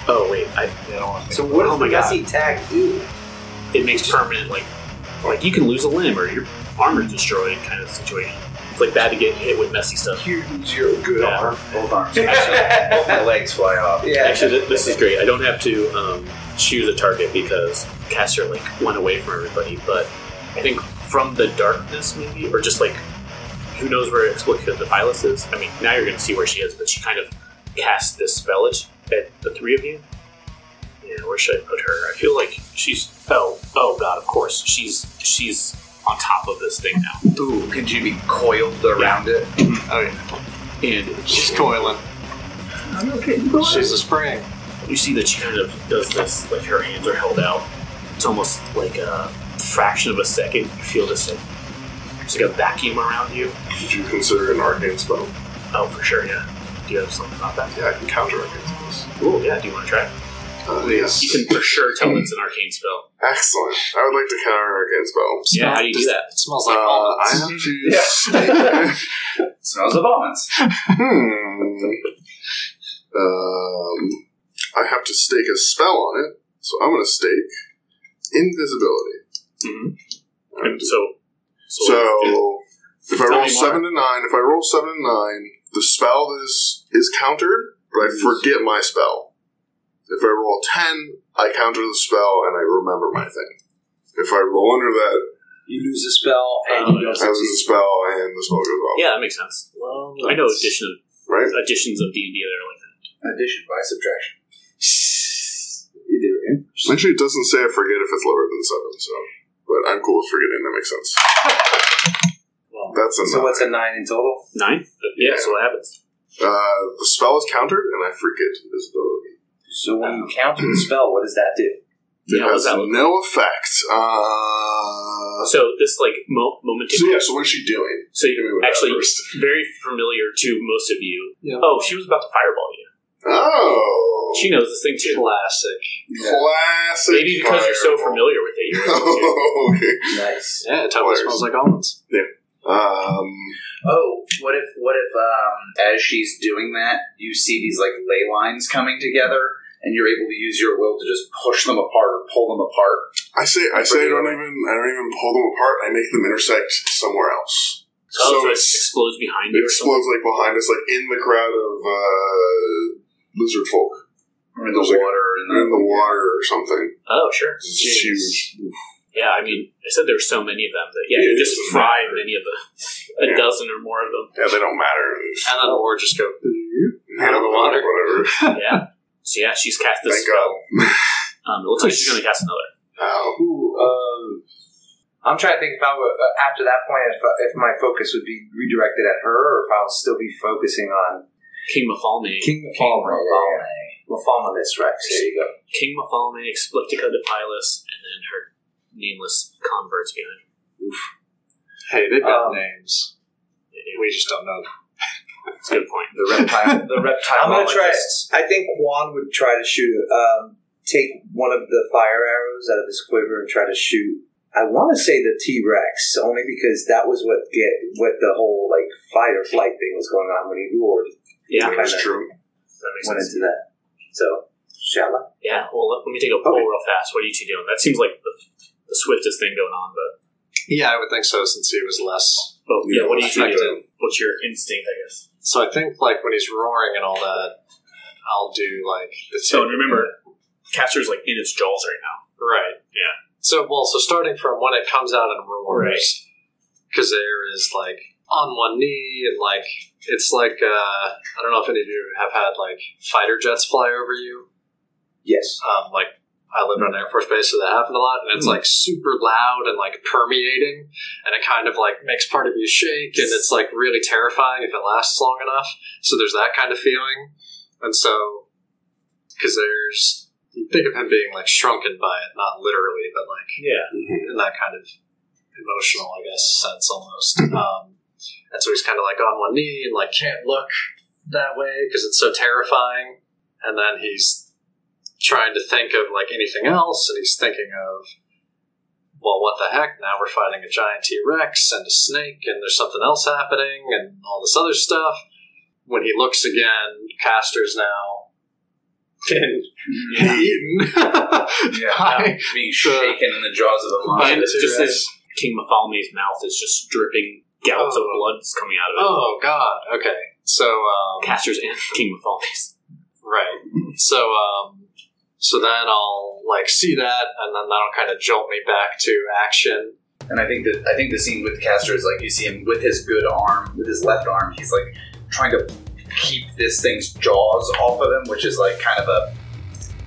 Speaker 7: Oh wait, I, I don't want to.
Speaker 6: So what
Speaker 7: oh
Speaker 6: does
Speaker 7: my
Speaker 6: the
Speaker 7: god!
Speaker 6: messy tag do?
Speaker 7: It makes permanent like like you can lose a limb or your armor's destroyed kind of situation. It's like bad to get hit with messy stuff.
Speaker 6: Huge, your good
Speaker 7: Yeah.
Speaker 6: arm.
Speaker 3: Both arms, actually, both my legs fly off.
Speaker 6: Yeah.
Speaker 7: Actually, th- this is great. I don't have to um, choose a target because Caster like went away from everybody. But I think from the darkness, maybe, or just like who knows where Explica the Pilus is. I mean, now you're going to see where she is, but she kind of cast this spell at, at the three of you. Yeah, where should I put her? I feel like she's oh oh god, of course she's she's on top of this thing now,
Speaker 3: Ooh, could you be coiled around it?
Speaker 7: and
Speaker 8: She's coiling.
Speaker 3: I'm okay. Cool.
Speaker 8: She's a spring.
Speaker 7: you see that she kind of does this, like her hands are held out. It's almost like a fraction of a second. You feel this like it's like a vacuum around you.
Speaker 5: Did you consider an arcane spell?
Speaker 7: Oh, for sure, yeah. Do you have something about that?
Speaker 5: Yeah, I can counter arcane spells.
Speaker 7: Ooh, yeah. Do you want to try? it?
Speaker 5: Uh, yes.
Speaker 7: You can for sure tell it's an arcane spell.
Speaker 5: Excellent. I would like to counter an arcane spell.
Speaker 7: Yeah. How do you do
Speaker 8: Just-
Speaker 7: that?
Speaker 8: It smells
Speaker 5: Uh,
Speaker 8: like
Speaker 5: I
Speaker 8: almonds.
Speaker 5: have to.
Speaker 3: smells of almonds.
Speaker 5: Hmm. Um, I have to stake a spell on it, so I'm going to stake invisibility.
Speaker 7: Mm-hmm. And so, so,
Speaker 5: So if I
Speaker 7: Tell
Speaker 5: roll
Speaker 7: me more.
Speaker 5: seven to nine, if I roll seven to nine, the spell is is countered, but I forget my spell. If I roll a ten, I counter the spell and I remember my thing. If I roll under that,
Speaker 6: You lose a spell and
Speaker 7: Um,
Speaker 6: you don't
Speaker 5: I lose the
Speaker 6: succeed.
Speaker 5: spell and the spell goes off.
Speaker 7: yeah, that makes sense. I know addition
Speaker 5: Right?
Speaker 7: of, additions of D and D that are like that.
Speaker 3: Addition by subtraction.
Speaker 6: Either in-
Speaker 5: Actually, it doesn't say I forget if it's lower than seven, so. But I'm cool with forgetting, that makes sense.
Speaker 6: well,
Speaker 5: That's a
Speaker 6: so
Speaker 5: nine.
Speaker 6: what's a nine in total?
Speaker 7: nine. Yeah. So what happens?
Speaker 5: Uh, the spell is countered, and I forget invisibility.
Speaker 6: So when
Speaker 3: Oh.
Speaker 6: you counter the spell, what does that do?
Speaker 5: It
Speaker 7: Yeah, what's
Speaker 5: has
Speaker 7: that look
Speaker 5: no effect. Uh, so,
Speaker 7: So this like mo- momentum.
Speaker 5: yeah, so what's she doing?
Speaker 7: So
Speaker 5: Give me
Speaker 7: you
Speaker 5: what
Speaker 7: actually
Speaker 5: that first.
Speaker 7: very familiar to most of you.
Speaker 8: Yeah.
Speaker 7: Oh, she was about to fireball you.
Speaker 5: Oh,
Speaker 7: She knows this thing too.
Speaker 8: Classic.
Speaker 5: classic.
Speaker 7: Maybe because you're so
Speaker 5: fireball.
Speaker 7: familiar with it, you're able to.
Speaker 5: Oh, okay.
Speaker 6: Nice.
Speaker 8: Yeah, it totally
Speaker 5: Fires.
Speaker 8: smells like almonds.
Speaker 5: Um,
Speaker 3: Oh, what if what if um, as she's doing that, you see these like ley lines coming together, and you're able to use your will to just push them apart or pull them apart?
Speaker 5: I say, I say, I don't even, I don't even pull them apart. I make them intersect somewhere else.
Speaker 7: So,
Speaker 5: So
Speaker 7: so it
Speaker 5: it's-
Speaker 7: explodes behind
Speaker 5: It
Speaker 7: you. or something.
Speaker 5: explodes like behind us, like in the crowd of uh, lizard folk.
Speaker 3: Or in the
Speaker 5: There's, like,
Speaker 3: water, and
Speaker 5: in the water or something.
Speaker 7: Oh, sure.
Speaker 5: This is huge.
Speaker 7: Yeah, I mean, I said there's so many of them that yeah,
Speaker 5: Yeah,
Speaker 7: you
Speaker 5: it
Speaker 7: just
Speaker 5: doesn't
Speaker 7: fry
Speaker 5: matter.
Speaker 7: many of the a
Speaker 5: Yeah.
Speaker 7: dozen or more of them.
Speaker 5: Yeah, they don't matter.
Speaker 8: And then or just go.
Speaker 5: Out of the water, whatever.
Speaker 7: Yeah. So yeah, she's cast this
Speaker 5: Thank
Speaker 7: spell.
Speaker 5: God.
Speaker 7: Um, it looks like she's gonna cast another.
Speaker 5: Ow.
Speaker 6: Ooh, um, I'm trying to think if I would, uh, after that point, if, if my focus would be redirected at her, or if I'll still be focusing on
Speaker 7: King Mafalme.
Speaker 6: King Mafalma. Mafalma, this Rex. There you go.
Speaker 7: King Mafalme, Explictica Depilis, and then her nameless converts behind her.
Speaker 8: Hey, they've got
Speaker 6: Um,
Speaker 8: names. We just don't know. them.
Speaker 7: That's a good point.
Speaker 3: the reptile, the reptile.
Speaker 6: I'm gonna try. I think Juan would try to shoot. Um, take one of the fire arrows out of his quiver and try to shoot. I want to say the T Rex only because that was what get what the whole like fight or flight thing was going on when he roared.
Speaker 7: Yeah,
Speaker 6: Kinda
Speaker 5: That's true.
Speaker 7: that makes
Speaker 6: Went
Speaker 7: sense.
Speaker 6: into that. So shall I?
Speaker 7: Yeah, well, let, let me take a poll
Speaker 6: Okay.
Speaker 7: real fast. What are you two doing? That seems like the, the swiftest thing going on, but
Speaker 8: Yeah, I would think so since he was less.
Speaker 7: but yeah, what are you two
Speaker 8: affected.
Speaker 7: doing?
Speaker 9: what's your instinct, I guess.
Speaker 7: So I think like when he's roaring and all that, I'll do like the
Speaker 9: So
Speaker 7: tip.
Speaker 9: and remember, Caster's like in its jaws right now.
Speaker 7: right,
Speaker 9: Yeah.
Speaker 7: So well, so starting from when it comes out and roars, because is like on one knee and like it's like uh, I don't know if any of you have had like fighter jets fly over you.
Speaker 10: Yes.
Speaker 7: Um, like I lived on Air Force Base, so that happened a lot, and it's
Speaker 9: Hmm.
Speaker 7: like super loud and like permeating, and it kind of like makes part of you shake, and it's like really terrifying if it lasts long enough. So there's that kind of feeling, and so because there's you think of him being like shrunken by it, not literally, but like
Speaker 9: Yeah.
Speaker 7: in that kind of emotional, I guess, sense almost. um, and so he's kind of like on one knee and like can't look that way because it's so terrifying. And then he's trying to think of like anything else, and he's thinking of, well, what the heck? Now we're fighting a giant T Rex and a snake, and there's something else happening, and all this other stuff. When he looks again, Caster's now been eaten by
Speaker 3: being shaken in the jaws of the
Speaker 7: Fine.
Speaker 9: And
Speaker 3: monster.
Speaker 9: it's just
Speaker 7: T-Rex.
Speaker 9: this King Methalme's mouth is just dripping gallons of
Speaker 7: Oh.
Speaker 9: blood is coming out of it.
Speaker 7: Oh God. Okay. So um,
Speaker 9: Caster's and King Methalme's.
Speaker 7: right. So um, so then I'll like see that, and then that'll kind of jolt me back to action.
Speaker 3: And I think that I think the scene with Castor is like you see him with his good arm, with his left arm, he's like trying to keep this thing's jaws off of him, which is like kind of a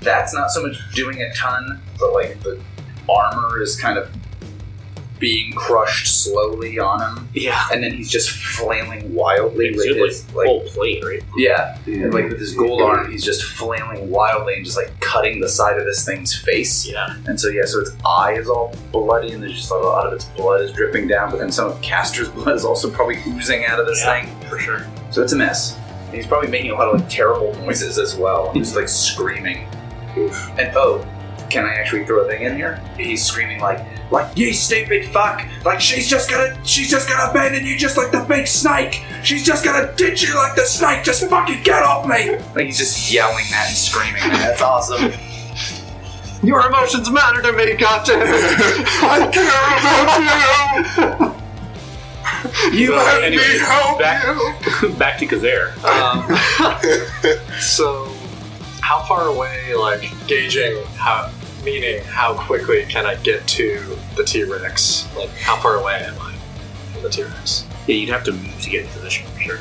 Speaker 3: that's not so much doing a ton, but like the armor is kind of being crushed slowly on him,
Speaker 9: Yeah.
Speaker 3: and then he's just flailing wildly
Speaker 9: It's
Speaker 3: with
Speaker 9: just,
Speaker 3: his
Speaker 9: like,
Speaker 3: like
Speaker 9: full plate, right?
Speaker 3: yeah, and like with his gold arm, he's just flailing wildly and just like cutting the side of this thing's face.
Speaker 9: Yeah.
Speaker 3: And so yeah, so its eye is all bloody, and there's just a lot of its blood is dripping down. But then some of Castor's blood is also probably oozing out of this
Speaker 9: Yeah,
Speaker 3: thing.
Speaker 9: for sure.
Speaker 3: So it's a mess. And he's probably making a lot of like terrible noises as well, and just like screaming. And oh, can I actually throw a thing in here? He's screaming like, like you stupid fuck! Like she's just gonna, she's just gonna abandon you just like the big snake. She's just gonna ditch you like the snake. Just fucking get off me! Like he's just yelling that and screaming. that. That's awesome.
Speaker 7: Your emotions matter to me, goddamn it! I care about you. you
Speaker 9: So,
Speaker 7: let
Speaker 9: anyways,
Speaker 7: me help
Speaker 9: back-
Speaker 7: you.
Speaker 9: Back to Kazare.
Speaker 7: Um, so, how far away, like gauging how, meaning how quickly can I get to the T Rex? Like, how far away am I from the T Rex?
Speaker 9: Yeah, you'd have to move to get in position for sure.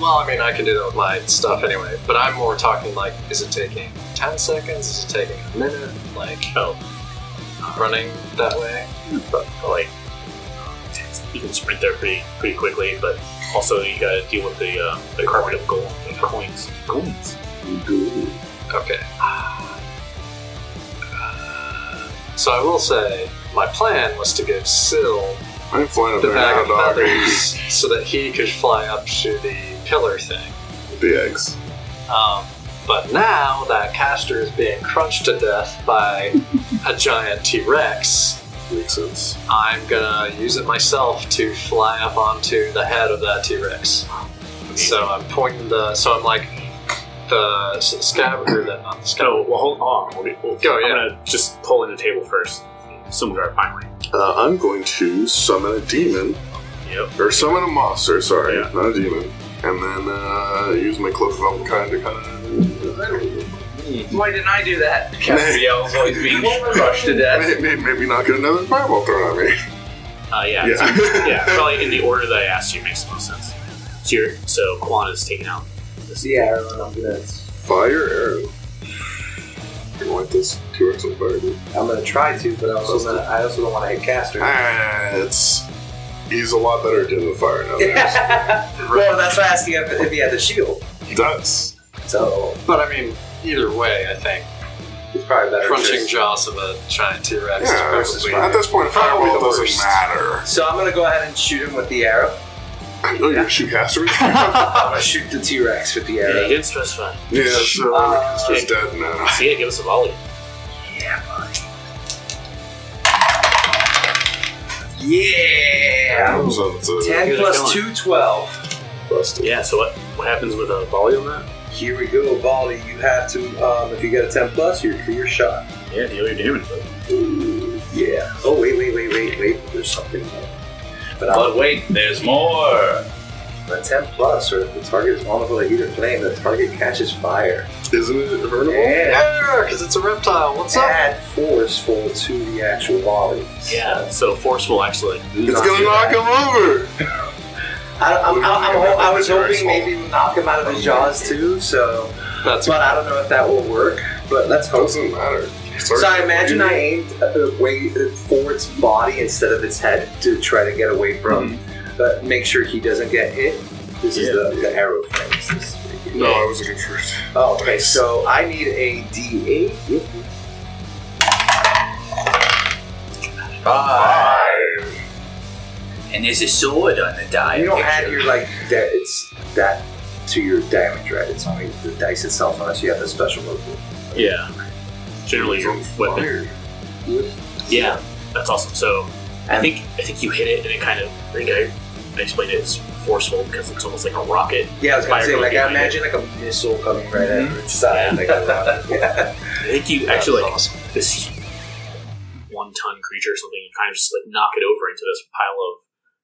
Speaker 7: Well, I mean, I can do that with my stuff anyway, but I'm more talking like, is it taking 10 seconds? Is it taking a minute? Like, oh, running that way?
Speaker 9: But like, you can sprint there pretty pretty quickly, but also you gotta deal with the uh, the carpet of gold and coins. Coins.
Speaker 7: Okay. Uh, So I will say, my plan was to give Syl
Speaker 5: Mm-hmm. I'm flying up
Speaker 7: the
Speaker 5: there
Speaker 7: bag of
Speaker 5: now, dog.
Speaker 7: feathers so that he could fly up to the pillar thing.
Speaker 5: The eggs.
Speaker 7: Um, but now that Castor is being crunched to death by a giant T Rex,
Speaker 5: Makes sense.
Speaker 7: I'm gonna use it myself to fly up onto the head of that T Rex. So I'm pointing the. So I'm like the so the scab or the not the scab.
Speaker 9: So Oh, well, hold on. We'll be, we'll,
Speaker 7: Go,
Speaker 9: I'm
Speaker 7: yeah.
Speaker 9: gonna just pull in the table first. Similar to our finally.
Speaker 5: Uh, I'm going to summon a demon,
Speaker 9: Yep.
Speaker 5: or summon a monster, sorry,
Speaker 9: Yeah.
Speaker 5: not a demon, and then uh, use my cloak of Elvenkind to kind of.
Speaker 3: Why didn't I do that? Castor yells while he's being crushed to death.
Speaker 5: Maybe, maybe not get another fireball thrown at me.
Speaker 9: Uh, yeah.
Speaker 5: Yeah.
Speaker 9: so- yeah. Probably in the order that I asked you makes the most sense. So you're, so Kwan is taking out.
Speaker 10: So yeah, Aaron, I'm gonna
Speaker 5: Fire arrow. You want this T Rex on fire, dude?
Speaker 10: I'm gonna try to, but I also gonna, I also don't want to hit Caster.
Speaker 5: Ah, it's. He's a lot better at doing the fire now.
Speaker 10: well, that's why I asked you if, if he had the shield.
Speaker 5: he does.
Speaker 10: So
Speaker 7: But I mean, either way, I think
Speaker 10: it's probably better.
Speaker 7: crunching
Speaker 10: just-
Speaker 7: jaws of a giant T Rex
Speaker 5: Yeah, this
Speaker 7: is
Speaker 5: is
Speaker 7: probably.
Speaker 5: fine. at this point, a
Speaker 7: probably
Speaker 5: fireball
Speaker 7: the
Speaker 5: doesn't
Speaker 7: worst.
Speaker 5: matter.
Speaker 10: So I'm gonna go ahead and shoot him with the arrow.
Speaker 5: Oh, you're gonna shoot Caster?
Speaker 10: I'm gonna shoot the T Rex with the
Speaker 9: Yeah, you
Speaker 10: arrow.
Speaker 9: didn't specify.
Speaker 5: yeah, so
Speaker 10: Uh,
Speaker 5: Caster's dead now.
Speaker 10: Ah.
Speaker 9: So yeah, give us a volley.
Speaker 10: Yeah.
Speaker 5: So it's uh, a-
Speaker 10: Ten
Speaker 9: Good
Speaker 10: plus
Speaker 9: going.
Speaker 10: two, twelve.
Speaker 5: Busted.
Speaker 9: Yeah. So what what happens with a volley on that?
Speaker 10: Here we go, volley. You have to, um, if you get a ten plus, you're clear shot.
Speaker 9: Yeah, deal your damage. bud.
Speaker 10: Yeah. Oh wait, wait, wait, wait, wait. There's something more. But I'm,
Speaker 3: But wait, there's more.
Speaker 6: a 10 plus, or if the target is vulnerable to heat or flame, the target catches fire.
Speaker 5: Isn't it vulnerable?
Speaker 6: Yeah.
Speaker 8: Yeah, because it's a reptile. What's up?
Speaker 6: Add forceful to the actual volley.
Speaker 7: Yeah, so forceful actually.
Speaker 5: It's gonna knock him over.
Speaker 6: I, I'm, I'm, I'm, ho- I was hoping maybe it would knock him out of his jaws too, so.
Speaker 8: That's
Speaker 6: But I don't know if that will work, but let's hope.
Speaker 5: Doesn't matter.
Speaker 6: So I imagine I aimed at the way uh, for its body instead of its head to try to get away from, but make sure he doesn't get hit. This is the, the arrow frame. This is-
Speaker 5: No, I wasn't good for it.
Speaker 6: Oh, okay, so I need a D8.
Speaker 5: Five.
Speaker 3: And there's a sword on the die.
Speaker 6: You don't
Speaker 3: picture.
Speaker 6: add your like that. It's that to your damage, right? It's only the dice itself, unless you have a special move.
Speaker 7: Yeah. Generally your weapon. Yeah, that's awesome. So I think I think you hit it and it kind of I think I, I explained it as forceful because it's almost like a rocket.
Speaker 6: Yeah, I was gonna
Speaker 7: Fire
Speaker 6: say,
Speaker 7: going
Speaker 6: like, I
Speaker 7: behind Mm-hmm. it.
Speaker 6: imagine like a missile coming right out of its side. Like, around it. yeah.
Speaker 7: I think you actually like this one ton creature or something, you kind of just like knock it over into this pile of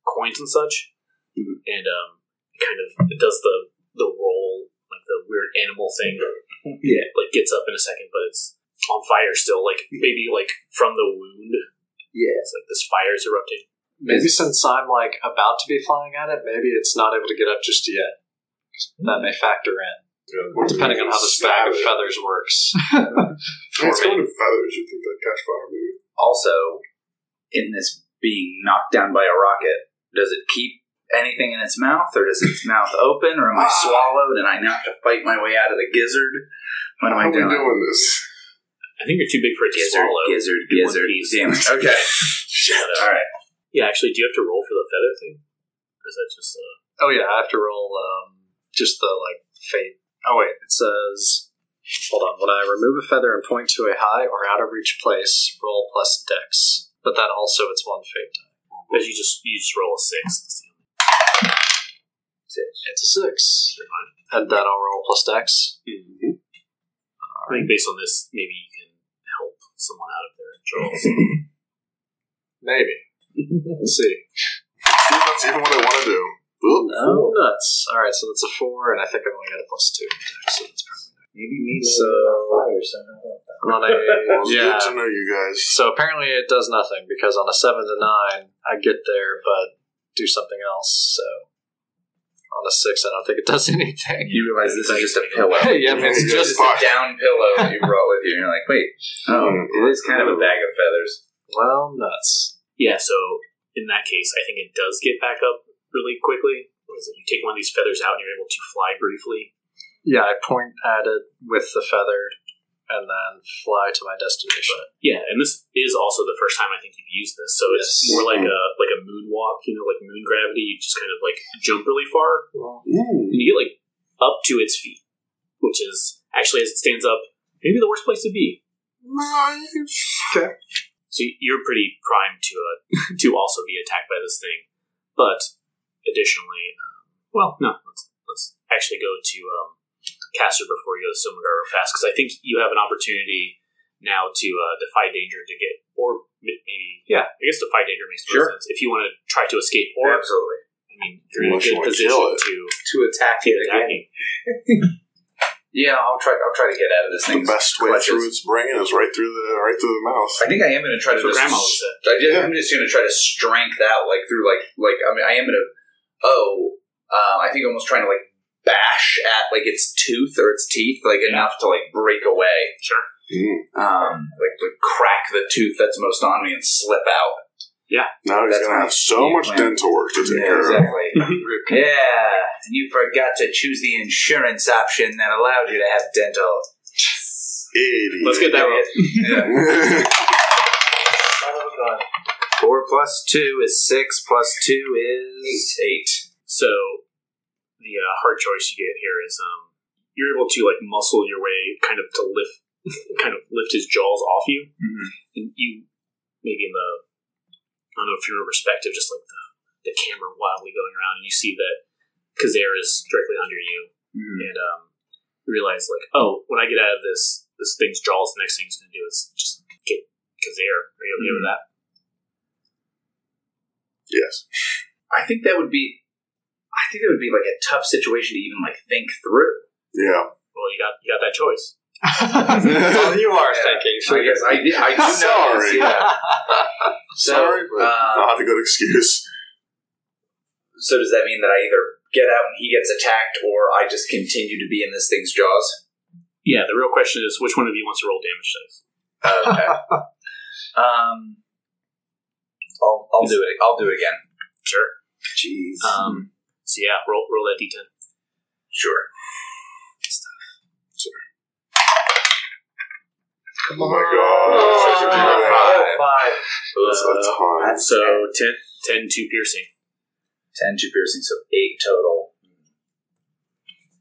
Speaker 7: coins and such.
Speaker 8: Mm-hmm.
Speaker 7: And um it kind of it does the the roll, like the weird animal thing.
Speaker 6: Yeah.
Speaker 7: Like gets up in a second, but it's on fire still, like maybe like from the wound.
Speaker 6: yeah.
Speaker 7: It's like this fire is erupting.
Speaker 8: Maybe since I'm like about to be flying at it, maybe it's not able to get up just yet. That may factor in, depending on how the stack of feathers works.
Speaker 5: It's going to feathers. You think that catch fire? Maybe.
Speaker 3: Also, in this being knocked down by a rocket, does it keep anything in its mouth, or does its mouth open, or am I swallowed and I now have to fight my way out of the gizzard? What am
Speaker 5: How
Speaker 3: I
Speaker 5: are we
Speaker 3: doing?
Speaker 5: doing this?
Speaker 7: I think you're too big for it to
Speaker 3: Gizzard,
Speaker 7: swallow.
Speaker 3: gizzard,
Speaker 7: In one
Speaker 3: gizzard.
Speaker 7: piece.
Speaker 3: Damn it. Okay. All right.
Speaker 7: Yeah, actually, do you have to roll for the feather thing? Or is that just uh,
Speaker 8: Oh yeah, I have to roll um, just the like fate. Oh wait, it says, hold on. When I remove a feather and point to a high or out of reach place, roll plus dex. But then also it's one fate.
Speaker 7: as you just you just roll a six? That's the only-
Speaker 8: It's a six, and then I'll roll plus dex.
Speaker 7: I think Mm-hmm. based on this, maybe you can help someone out of their troubles.
Speaker 8: Maybe. Let's see.
Speaker 5: See, that's even what I want to do. Oop.
Speaker 8: Oh, nuts. All right, so that's a four, and I think I only got a plus two. So that's
Speaker 6: Maybe me
Speaker 8: So-
Speaker 6: fire somehow.
Speaker 8: I'm on a
Speaker 5: Well, it's
Speaker 8: yeah.
Speaker 5: good to know you guys.
Speaker 8: So apparently it does nothing because on a seven to nine I get there, but do something else. So on a six, I don't think it does anything.
Speaker 3: You realize this is just a pillow.
Speaker 8: Hey, yeah, I mean, it's
Speaker 5: Yeah,
Speaker 8: just
Speaker 3: It's a down pillow you brought with you, and you're like, wait, oh,
Speaker 7: Mm.
Speaker 3: it is kind of a bag of feathers.
Speaker 8: well nuts.
Speaker 7: yeah, so in that case, I think it does get back up really quickly. What is it? You take one of these feathers out and you're able to fly briefly.
Speaker 8: Yeah, I point at it with the feather and then fly to my destination.
Speaker 7: Yeah, and this is also the first time I think you've used this, so it's
Speaker 8: Yes.
Speaker 7: more like a like a moonwalk, you know, like moon gravity. You just kind of like jump really far, and you get like up to its feet, which is actually as it stands up, maybe the worst place to be. So you're pretty primed to uh, to also be attacked by this thing, but additionally, um, well, no, let's, let's actually go to um, Caster before we go to Silmagar real fast because I think you have an opportunity now to uh, defy danger to get or m- maybe yeah, I guess defy danger makes more
Speaker 3: Sure.
Speaker 7: sense if you want to try to escape or
Speaker 3: Absolutely.
Speaker 7: I mean you're in a
Speaker 5: Unless you
Speaker 7: good
Speaker 5: wanna
Speaker 7: position
Speaker 5: kill it.
Speaker 7: to
Speaker 6: To attack
Speaker 7: get
Speaker 6: it again.
Speaker 7: attacking.
Speaker 3: Yeah, I'll try. I'll try to get out of this
Speaker 5: The
Speaker 3: thing.
Speaker 5: best way
Speaker 3: Clutches.
Speaker 5: through its brain is right through the right through the mouth.
Speaker 3: I think I am going to try to.
Speaker 7: That's what
Speaker 3: Just,
Speaker 7: Grandma always said.
Speaker 3: I, am just going to try to strength out, like through, like, like. I mean, I am going to. Oh, uh, I think almost trying to like bash at like its tooth or its teeth, like enough to like break away. Sure.
Speaker 5: Mm.
Speaker 3: Um, like, like crack the tooth that's most on me and slip out.
Speaker 5: Now he's
Speaker 3: That's
Speaker 5: gonna
Speaker 3: my
Speaker 5: have so much
Speaker 3: plan.
Speaker 5: dental work to take
Speaker 3: Yeah,
Speaker 5: care of.
Speaker 3: exactly. yeah, you forgot to choose the insurance option that allowed you to have dental.
Speaker 5: Idiot.
Speaker 7: Let's get that roll.
Speaker 3: Yeah. Four plus two is six. Plus two is eight.
Speaker 7: So the uh, hard choice you get here is um, you're able to like muscle your way, kind of to lift, kind of lift his jaws off you,
Speaker 3: Mhm.
Speaker 7: and you maybe in the I don't know if you're perspective, just like the, the camera wildly going around, and you see that Kazair is directly under you, and um, you realize like, oh, when I get out of this this thing's jaws, the next thing it's going to do is just get Kazair. Are you okay with that?
Speaker 5: Yes.
Speaker 3: I think that would be. I think it would be like a tough situation to even like think through.
Speaker 5: Yeah.
Speaker 7: Well, you got you got that choice.
Speaker 8: well, you are
Speaker 3: Yeah.
Speaker 8: thinking.
Speaker 3: So I guess I, I do Oh, know this,
Speaker 5: Sorry.
Speaker 3: yeah. So,
Speaker 5: Sorry, but
Speaker 3: um,
Speaker 5: not a good excuse.
Speaker 3: So does that mean that I either get out and he gets attacked, or I just continue to be in this thing's jaws?
Speaker 7: Yeah, the real question is which one of you wants to roll damage dice?
Speaker 3: Okay. um, I'll, I'll do it. I'll do it again.
Speaker 7: Sure.
Speaker 3: Jeez.
Speaker 7: Um, so yeah, roll roll that d10.
Speaker 3: sure.
Speaker 5: oh my god. That's, a,
Speaker 3: Oh,
Speaker 6: five.
Speaker 5: that's a
Speaker 7: Uh,
Speaker 5: ton.
Speaker 6: That's
Speaker 7: so 10, 10 2 piercing.
Speaker 3: Ten two piercing, so eight total.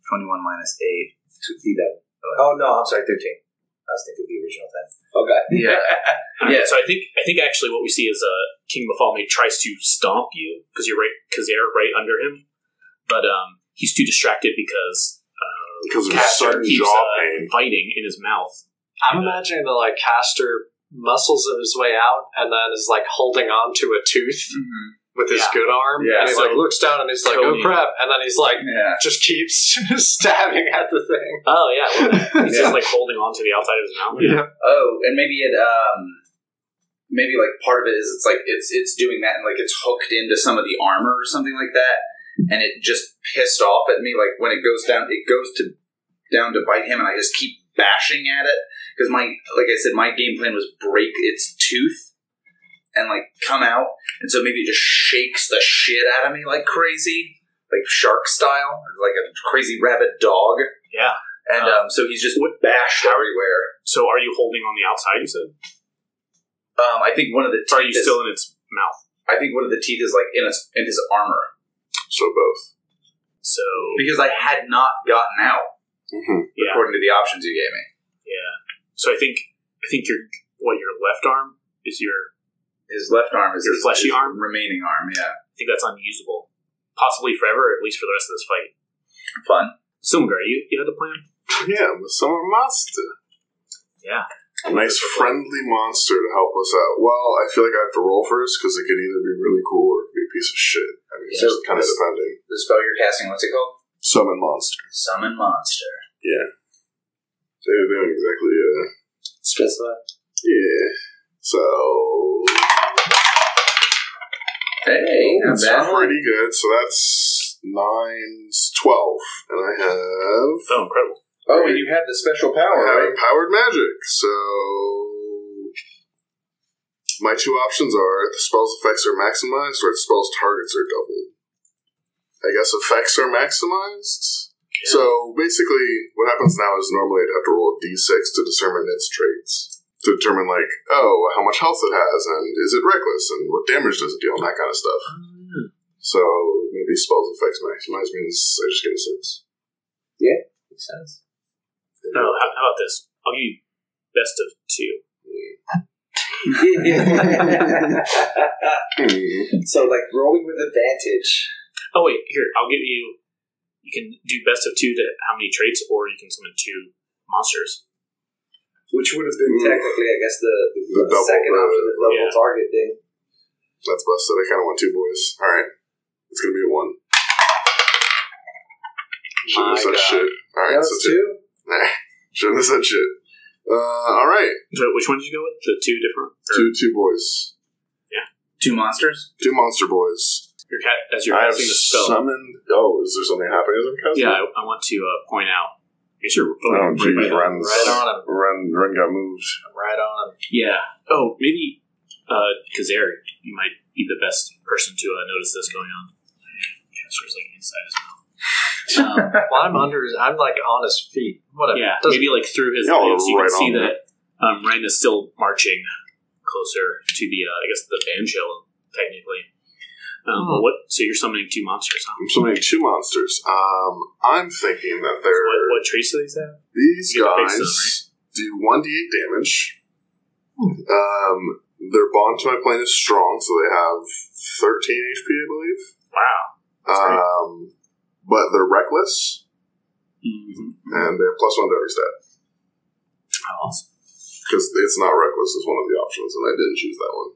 Speaker 3: Twenty one minus eight. Two feet up.
Speaker 6: Oh no, I'm sorry, thirteen. I was thinking the original ten. Okay.
Speaker 3: Yeah.
Speaker 7: Alright,
Speaker 3: Yeah.
Speaker 7: So I think I think actually what we see is uh, King Mafalme tries to stomp you because you're right because they're right under him, but um, he's too distracted because uh,
Speaker 5: because of
Speaker 7: Caster
Speaker 5: sudden
Speaker 7: keeps,
Speaker 5: jaw
Speaker 7: uh,
Speaker 5: pain.
Speaker 7: biting in his mouth.
Speaker 8: I'm imagining that like Caster muscles his way out and then is like holding on to a tooth with his
Speaker 7: Mm-hmm. Yeah.
Speaker 8: good arm.
Speaker 3: Yeah,
Speaker 8: and he
Speaker 7: so-
Speaker 8: like looks down and he's like,
Speaker 7: Totally.
Speaker 8: "Oh crap!" And then he's like,
Speaker 3: Yeah.
Speaker 8: just keeps stabbing at the thing.
Speaker 7: Oh yeah, well, he's
Speaker 3: Yeah.
Speaker 7: just like holding on to the outside of his mouth.
Speaker 3: Oh, and maybe it. Um, maybe like part of it is it's like it's it's doing that and like it's hooked into some of the armor or something like that, and it just pissed off at me. Like when it goes down, it goes to down to bite him, and I just keep bashing at it because my like I said, my game plan was break its tooth and like come out, and so maybe it just shakes the shit out of me like crazy, like shark style, or like a crazy rabbit dog.
Speaker 7: Yeah.
Speaker 3: And um, so he's just bashed everywhere.
Speaker 7: So are you holding on the outside? You said.
Speaker 3: Um, I think one of the teeth
Speaker 7: Or are you
Speaker 3: is,
Speaker 7: still in its mouth?
Speaker 3: I think one of the teeth is like in his in his armor
Speaker 5: So both.
Speaker 7: So
Speaker 3: because I had not gotten out
Speaker 5: Mhm.
Speaker 7: yeah,
Speaker 3: according to the options you gave me.
Speaker 7: yeah. So I think I think your what your left arm is your.
Speaker 3: His left arm is
Speaker 7: Your
Speaker 3: his,
Speaker 7: fleshy
Speaker 3: his
Speaker 7: arm?
Speaker 3: remaining arm. Yeah,
Speaker 7: I think that's unusable, possibly forever, at least for the rest of this fight.
Speaker 3: fun.
Speaker 7: Silmagar, you you had a plan.
Speaker 5: Yeah, with some monster.
Speaker 7: Yeah.
Speaker 5: A nice friendly monster to help us out. Well, I feel like I have to roll first because it could either be really cool or it could be a piece of shit. I mean, it's
Speaker 3: So-
Speaker 5: just kind of depending.
Speaker 3: The spell you're casting, what's it called?
Speaker 5: Summon monster.
Speaker 3: Summon monster.
Speaker 5: Yeah. They, they don't exactly, uh,
Speaker 6: Specify.
Speaker 5: yeah. So,
Speaker 3: Hey, not
Speaker 5: that's
Speaker 3: bad.
Speaker 5: Oh, pretty good. So that's 9, 12. And I have
Speaker 7: Oh, incredible!
Speaker 3: Oh, and you have the special power,
Speaker 5: I have
Speaker 3: right?
Speaker 5: empowered magic, so my two options are the spell's effects are maximized or the spell's targets are doubled. I guess effects are maximized. So basically, what happens now is normally I'd have to roll a d6 to determine its traits. To determine, like, oh, how much health it has, and is it reckless, and what damage does it deal, and that kind of stuff.
Speaker 6: Mm.
Speaker 5: So maybe spells effects maximized means I just get a 6.
Speaker 6: Makes sense.
Speaker 7: No, Oh, how, how about this? I'll give you best of two.
Speaker 5: Hmm.
Speaker 6: so like rolling with advantage.
Speaker 7: Oh wait, here I'll give you. You can do best of two to how many traits, or you can summon two monsters.
Speaker 6: Which would have been
Speaker 5: Mm.
Speaker 6: technically I guess the, the,
Speaker 5: The double,
Speaker 6: second option, the
Speaker 7: yeah.
Speaker 6: double target thing.
Speaker 5: That's busted. I kind of want two boys. All right, it's gonna be a one. Shouldn't have
Speaker 8: My
Speaker 5: said
Speaker 8: God.
Speaker 5: shit. All right,
Speaker 6: That
Speaker 5: so
Speaker 6: was
Speaker 5: two.
Speaker 6: two.
Speaker 5: Shouldn't have said shit. Uh, all right,
Speaker 7: So which one did you go with? The two different. or
Speaker 5: two two boys,
Speaker 3: Two monsters.
Speaker 5: two monster boys.
Speaker 7: Your cat as you're
Speaker 5: I have
Speaker 7: casting the spell.
Speaker 5: summoned. Oh, is there something happening as I'm casting?
Speaker 7: Yeah, I, I want to uh, point out. I guess you're
Speaker 5: Oh,
Speaker 7: right
Speaker 5: jeez,
Speaker 7: by-
Speaker 5: Ren's
Speaker 8: Right on him.
Speaker 5: Ren, Ren got moved.
Speaker 8: Right on him.
Speaker 7: Yeah. Oh, maybe uh, Kazari, you might be the best person to uh, notice this going on. Caster's like inside his mouth.
Speaker 8: Well, I'm under. his- I'm like on his feet. Whatever.
Speaker 7: Yeah,
Speaker 8: Doesn't-
Speaker 7: maybe like through his
Speaker 5: Yeah,
Speaker 7: legs, you
Speaker 5: right
Speaker 7: can see
Speaker 5: on
Speaker 7: that um, Ren is still marching closer to the, uh, I guess, the banshell technically. Um,
Speaker 8: Hmm.
Speaker 7: What? So you're summoning two monsters, huh?
Speaker 5: I'm summoning two monsters. Um, I'm thinking that they're
Speaker 7: What, what traits do these have?
Speaker 5: These
Speaker 7: You get the
Speaker 5: guys
Speaker 7: base
Speaker 5: do one d eight damage. Um, their bond to my plane is strong, so they have thirteen HP, I believe.
Speaker 7: Wow. great.
Speaker 5: Um, but they're reckless,
Speaker 7: Mm-hmm.
Speaker 5: and they have plus one to every stat
Speaker 7: How awesome.
Speaker 5: because it's not reckless is one of the options, and I didn't choose that one.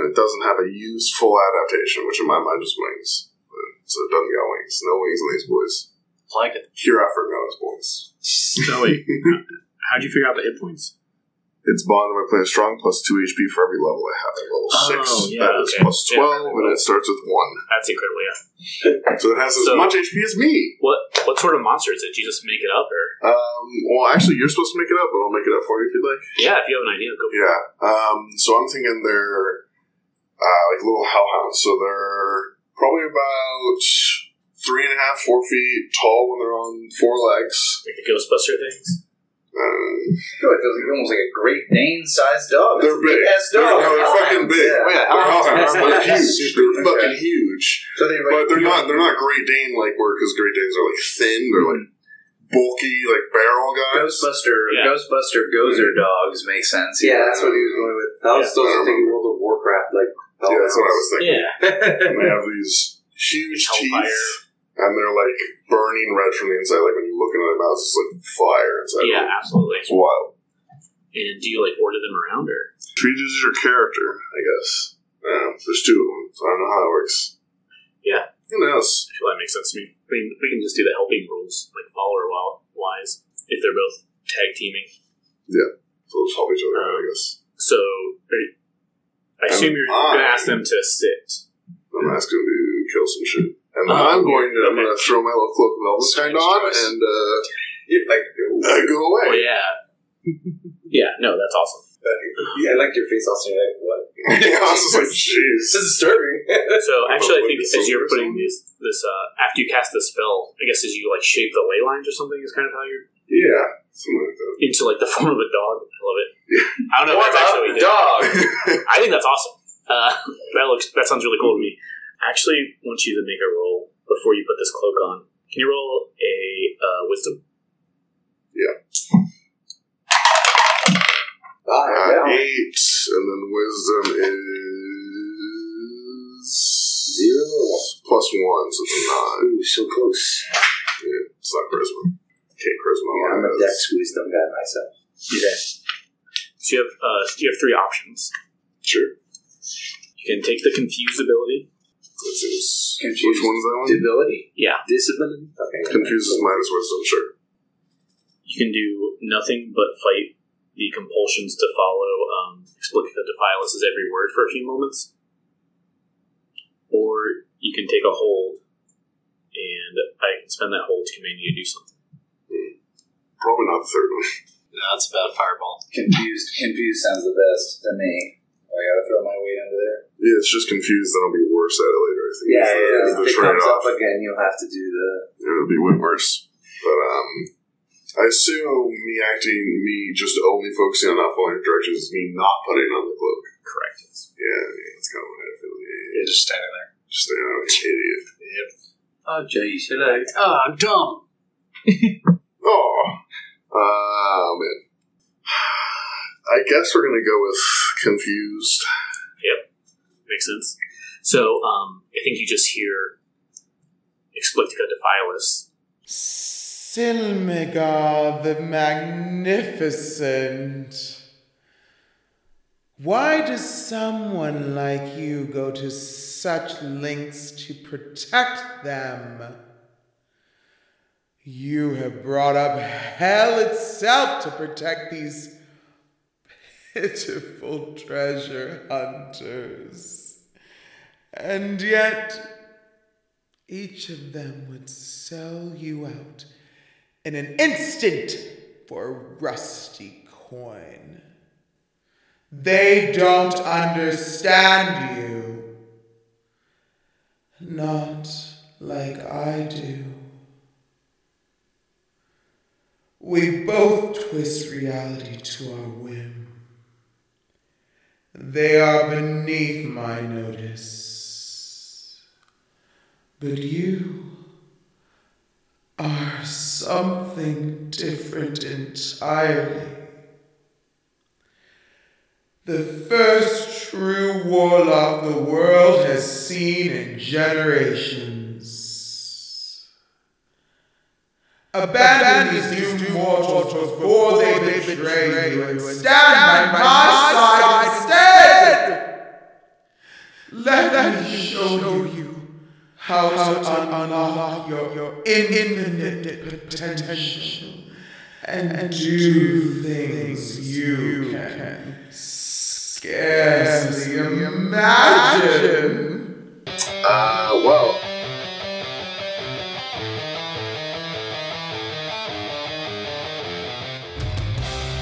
Speaker 5: And it doesn't have a useful adaptation, which in my mind is wings. But so it doesn't got wings. No wings on these boys.
Speaker 8: Like it.
Speaker 5: Hereafter known as boys.
Speaker 7: No, wait. How'd you figure out the hit points?
Speaker 5: It's bonded by playing strong plus two HP for every level I have at level
Speaker 7: Oh,
Speaker 5: six.
Speaker 7: yeah,
Speaker 5: that is
Speaker 7: okay.
Speaker 5: plus
Speaker 7: Yeah,
Speaker 5: twelve,
Speaker 7: very
Speaker 5: and
Speaker 7: well.
Speaker 5: it starts with one.
Speaker 7: That's incredible. Yeah.
Speaker 5: So it has as
Speaker 7: So-
Speaker 5: much HP as me.
Speaker 7: What what sort of monster is it? Do you just make it up, or
Speaker 5: Um, well, actually, you're supposed to make it up, but I'll make it up for you if you'd like.
Speaker 7: yeah? If you have an idea, go for
Speaker 5: Yeah. Um, so I'm thinking they're uh, like little hellhounds. So they're probably about three and a half, four feet tall when they're on four legs.
Speaker 7: it. Like the Ghostbuster things.
Speaker 5: Uh,
Speaker 3: I feel like those are almost like a Great Dane sized dog.
Speaker 5: they're big.
Speaker 3: ass
Speaker 5: They're,
Speaker 3: dog. Oh,
Speaker 5: no, they're fucking big.
Speaker 3: Yeah.
Speaker 5: They're
Speaker 3: hellhounds are
Speaker 5: hellhounds. They're
Speaker 3: hellhounds.
Speaker 5: huge. They're
Speaker 3: Okay.
Speaker 5: fucking huge.
Speaker 3: So they
Speaker 5: But they're not. They're not Great Dane like where because Great Danes are like thin. They're like bulky, like barrel guys.
Speaker 3: Ghostbuster,
Speaker 7: Yeah.
Speaker 3: Ghostbuster Gozer dogs make sense.
Speaker 6: Mm-hmm. Yeah, that's what he was going with. I was
Speaker 7: Yeah.
Speaker 6: still thinking World of Warcraft, like
Speaker 5: Yeah, that's what I was thinking.
Speaker 7: Yeah,
Speaker 5: And they have these huge
Speaker 7: Hellfire.
Speaker 5: teeth. and they're like burning red from the inside. Like when you look into their mouths, it's like fire inside.
Speaker 7: yeah,
Speaker 5: them.
Speaker 7: absolutely.
Speaker 5: it's wild.
Speaker 7: And do you like order them around, or
Speaker 5: Treated as your character, I guess. Yeah, there's two of them, so I don't know how that works.
Speaker 7: Yeah.
Speaker 5: who knows?
Speaker 7: I feel that makes sense to me? I mean, we can just do the helping rules, like follower wise, if they're both tag teaming.
Speaker 5: So let's help each other out, I guess.
Speaker 7: So are you- I assume you're
Speaker 5: I'm
Speaker 7: going to ask them
Speaker 5: fine.
Speaker 7: to sit.
Speaker 5: I'm asking to kill some shit, and
Speaker 6: Uh-huh.
Speaker 7: Oh,
Speaker 5: I'm going to. I'm
Speaker 7: okay.
Speaker 5: going to throw my little cloak of Valentine
Speaker 7: Strange
Speaker 5: on
Speaker 7: choice.
Speaker 5: and uh, like uh, go away.
Speaker 7: Oh yeah, yeah. No, that's awesome.
Speaker 6: Oh, Yeah, I liked your face also. You're like, what?
Speaker 5: I was just like, jeez.
Speaker 6: This is disturbing.
Speaker 7: So actually, I think
Speaker 5: Like
Speaker 7: as you're
Speaker 5: silver
Speaker 7: putting
Speaker 5: song?
Speaker 7: this, this uh, after you cast the spell, I guess as you like shape the ley lines or something is kind of how you're
Speaker 5: Yeah, something like that.
Speaker 7: into like the form of a dog. I love it. I don't know. if
Speaker 6: What
Speaker 7: That's actually what
Speaker 6: about
Speaker 7: you did. I think that's awesome. Uh, that looks that sounds really cool to me. I actually want you to make a roll before you put this cloak on. Can you roll a uh, wisdom?
Speaker 5: Uh,
Speaker 6: yeah.
Speaker 5: eight, and then wisdom is
Speaker 6: Zero.
Speaker 5: plus one, so it's a nine.
Speaker 6: Ooh, so close.
Speaker 5: Yeah, it's not charisma. Can't charisma.
Speaker 6: Yeah, I'm a
Speaker 5: on
Speaker 6: Dex wisdom guy myself.
Speaker 7: So you have uh, you have three options.
Speaker 5: Sure.
Speaker 7: You can take the confused ability.
Speaker 5: That seems.
Speaker 6: Confused.
Speaker 5: Which one's that one?
Speaker 6: Ability.
Speaker 7: Yeah,
Speaker 6: Disability? Okay.
Speaker 5: Confuses minus wisdom. Sure.
Speaker 7: you can do nothing but fight the compulsions to follow um, Explica Defilus's every word for a few moments, or you can take a hold, and I can spend that hold to command you to do something.
Speaker 5: Probably not the third one.
Speaker 8: No, that's a bad fireball.
Speaker 3: Confused, confused sounds the best to me. I gotta throw my weight under there.
Speaker 5: Yeah, it's just confused. Then I'll be worse at it later. I think.
Speaker 6: Yeah,
Speaker 5: It's the-
Speaker 6: yeah.
Speaker 5: it's
Speaker 6: If
Speaker 5: The
Speaker 6: it
Speaker 5: trade
Speaker 6: comes
Speaker 5: off.
Speaker 6: up again, you'll have to do the.
Speaker 5: It'll be way worse. But um, I assume me acting, me just only focusing on not following directions is me not putting on the cloak.
Speaker 7: Correct.
Speaker 5: Yeah, yeah that's kind of what I feel. Yeah, yeah,
Speaker 8: You're just standing there.
Speaker 5: yeah. Just thinking I'm an idiot.
Speaker 6: Oh, geez, should I?
Speaker 8: Oh, I'm dumb.
Speaker 5: Oh, uh, man. I guess we're gonna go with confused.
Speaker 7: Makes sense. So um, I think you just hear Explica Defilus.
Speaker 4: Silmega the Magnificent. Why does someone like you go to such lengths to protect them? You have brought up hell itself to protect these pitiful treasure hunters. And yet, each of them would sell you out in an instant for a rusty coin. They don't understand you. Not like I do. We both twist reality to our whim. They are beneath my notice. But you are something different entirely. The first true warlock the world has seen in generations. Abandon these new mortals before they betray you and stand by my side instead! Let me show you how to unlock your, your infinite potential and do things you can scarcely imagine.
Speaker 5: Uh, well,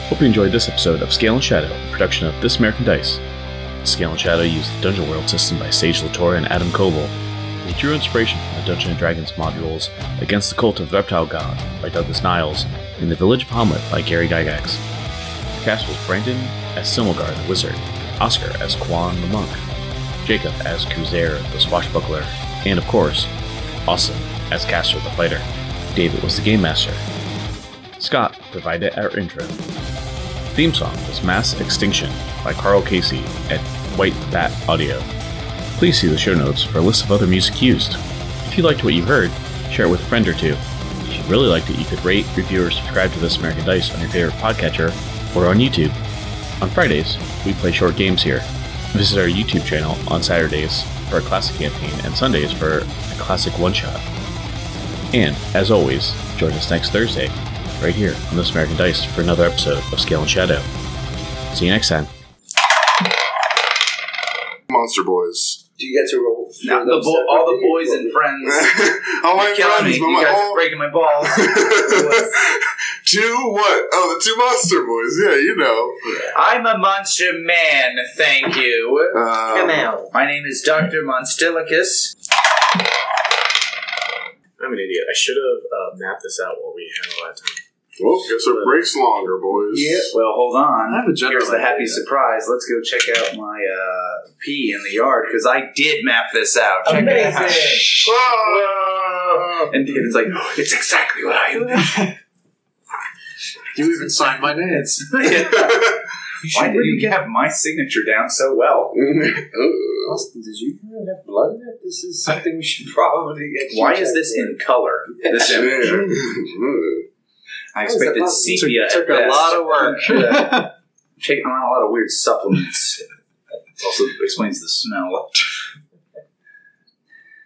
Speaker 7: Hope you enjoyed this episode of Scale and Shadow, a production of This American Dice. Scale and Shadow used the Dungeon World system by Sage Latour and Adam Koval. They drew inspiration from the Dungeon and Dragons modules Against the Cult of the Reptile God by Douglas Niles and The Village of Hamlet by Gary Gygax. The cast was Brandon as Similgar the Wizard, Oscar as Quan the Monk, Jacob as Kuzair the Swashbuckler, and of course, Austin as Caster the Fighter. David was the Game Master. Scott provided our intro. Theme song was Mass Extinction by Carl Casey at White Bat Audio. Please see the show notes for a list of other music used. If you liked what you heard, share it with a friend or two. If you really liked it, you could rate, review, or subscribe to This American Dice on your favorite podcatcher or on YouTube. On Fridays, we play short games here. Visit our YouTube channel on Saturdays for a classic campaign and Sundays for a classic one shot. And, as always, join us next Thursday, right here on This American Dice, for another episode of Scale and Shadow. See you next time.
Speaker 5: Monster Boys.
Speaker 3: Do you get to roll? for
Speaker 6: Now, the
Speaker 3: those
Speaker 6: bo- all the
Speaker 3: separately?
Speaker 6: boys and friends.
Speaker 5: all my
Speaker 6: You're killing
Speaker 5: friends,
Speaker 6: me.
Speaker 5: but
Speaker 6: You
Speaker 5: my
Speaker 6: guys are
Speaker 5: all-
Speaker 6: breaking my balls.
Speaker 5: two what? Oh, the two Monster Boys. Yeah, you know.
Speaker 6: I'm a monster man, thank you.
Speaker 5: Um,
Speaker 3: Come out.
Speaker 6: My name is Dr. Monstilicus.
Speaker 11: I'm an idiot. I should have uh, mapped this out while we had a lot of time.
Speaker 5: Well, oh, guess our break's longer, boys.
Speaker 6: Well, hold on.
Speaker 12: I have a general
Speaker 6: Here's the happy
Speaker 12: idea.
Speaker 6: surprise. Let's go check out my uh, pee in the yard because I did map this out. Check it out.
Speaker 5: Ah!
Speaker 6: And David's like, "Oh, it's exactly what I envisioned.
Speaker 12: You even signed my name.
Speaker 6: Why did you have my signature down so well?
Speaker 3: Austin, did you have blood in it? This is something we should probably get.
Speaker 6: Oh, Why is this in color? This image. I expected sepia.
Speaker 12: took
Speaker 6: at
Speaker 12: a
Speaker 6: best.
Speaker 12: lot of work.
Speaker 6: Yeah. Take- I'm on a lot of weird supplements. also explains the smell.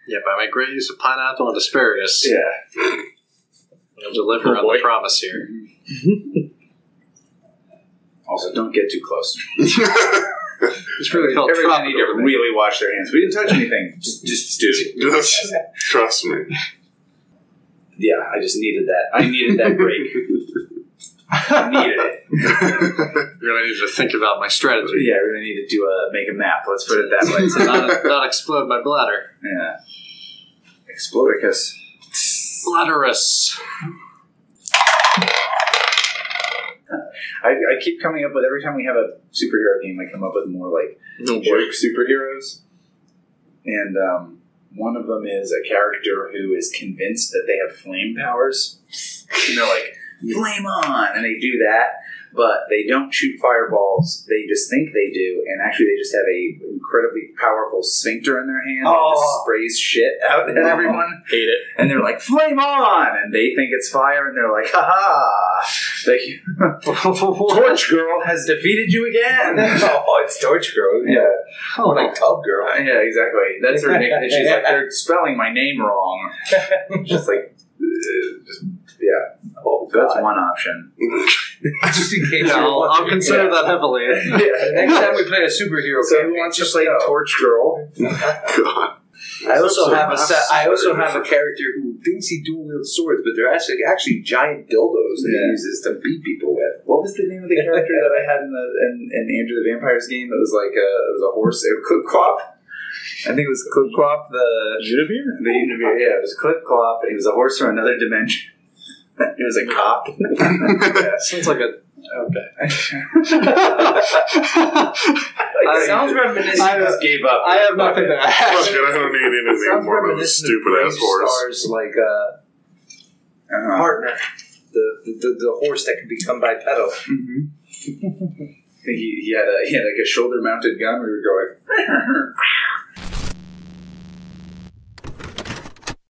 Speaker 12: Yeah, by my great use of pineapple and asparagus,
Speaker 6: Yeah.
Speaker 12: I'll deliver
Speaker 11: Oh,
Speaker 12: on
Speaker 11: boy.
Speaker 12: the promise here.
Speaker 6: Also, don't get too close.
Speaker 12: It's really felt
Speaker 6: Everyone
Speaker 12: tropical
Speaker 6: need to
Speaker 12: to me.
Speaker 6: really wash their hands. We didn't touch anything. Just, just do.
Speaker 5: Just trust me.
Speaker 6: Yeah, I just needed that. I needed that break. I needed it.
Speaker 12: really need to think about my strategy.
Speaker 6: Yeah, I really need to do a make a map. Let's put it that way.
Speaker 12: to not, not explode my bladder.
Speaker 6: yeah. Explodicus.
Speaker 12: Bladderus.
Speaker 6: I, I keep coming up with every time we have a superhero game, I come up with more like jerk superheroes, and um, one of them is a character who is convinced that they have flame powers, and they're like flame on, and they do that, but they don't shoot fireballs. They just think they do, and actually they just have a incredibly powerful sphincter in their hand that just
Speaker 3: Oh.
Speaker 6: sprays shit out at everyone,
Speaker 11: Hate it.
Speaker 6: and they're like flame on, and they think it's fire, and they're like ha ha. They- Torch Girl has defeated you again.
Speaker 3: oh, it's Torch Girl.
Speaker 6: Yeah,
Speaker 3: Oh, like Tub Girl.
Speaker 6: uh, yeah, exactly. That's her nickname. She's like, they're spelling my name wrong. Just like, uh, just, yeah. Oh, that's one option.
Speaker 3: Just in case.
Speaker 12: Yeah, I'll, I'll consider that heavily.
Speaker 3: Next time we play a superhero
Speaker 6: So
Speaker 3: game,
Speaker 6: who wants to
Speaker 3: just
Speaker 6: play
Speaker 3: go.
Speaker 6: Torch Girl?
Speaker 5: God.
Speaker 3: I also have a se- I also have a
Speaker 5: a.
Speaker 3: character who thinks he dual wield swords, but they're actually actually giant dildos that
Speaker 6: Yeah.
Speaker 3: he uses to beat people with.
Speaker 6: What was the name of the character that I had in the in, in Andrew the Vampire's game? That was like a it was a horse. It was Clip Clop. I think it was Clip Clop. The
Speaker 11: Junibeer?
Speaker 6: the yeah, it was Clip Clop. He was a horse from another dimension. He was a cop.
Speaker 12: Sounds like a.
Speaker 3: It sounds reminiscent.
Speaker 6: I just gave up.
Speaker 12: I have nothing to
Speaker 5: Fuck
Speaker 12: add.
Speaker 5: it, I don't need
Speaker 3: it
Speaker 5: anything
Speaker 3: sounds
Speaker 5: more than a
Speaker 3: reminiscent of
Speaker 5: stupid ass
Speaker 3: Brave
Speaker 5: horse.
Speaker 3: Star's like uh,
Speaker 6: Uh-huh.
Speaker 3: partner, the, the the the horse that can become bipedal.
Speaker 6: Mm-hmm. he, he had a he had like a shoulder mounted gun. We were going.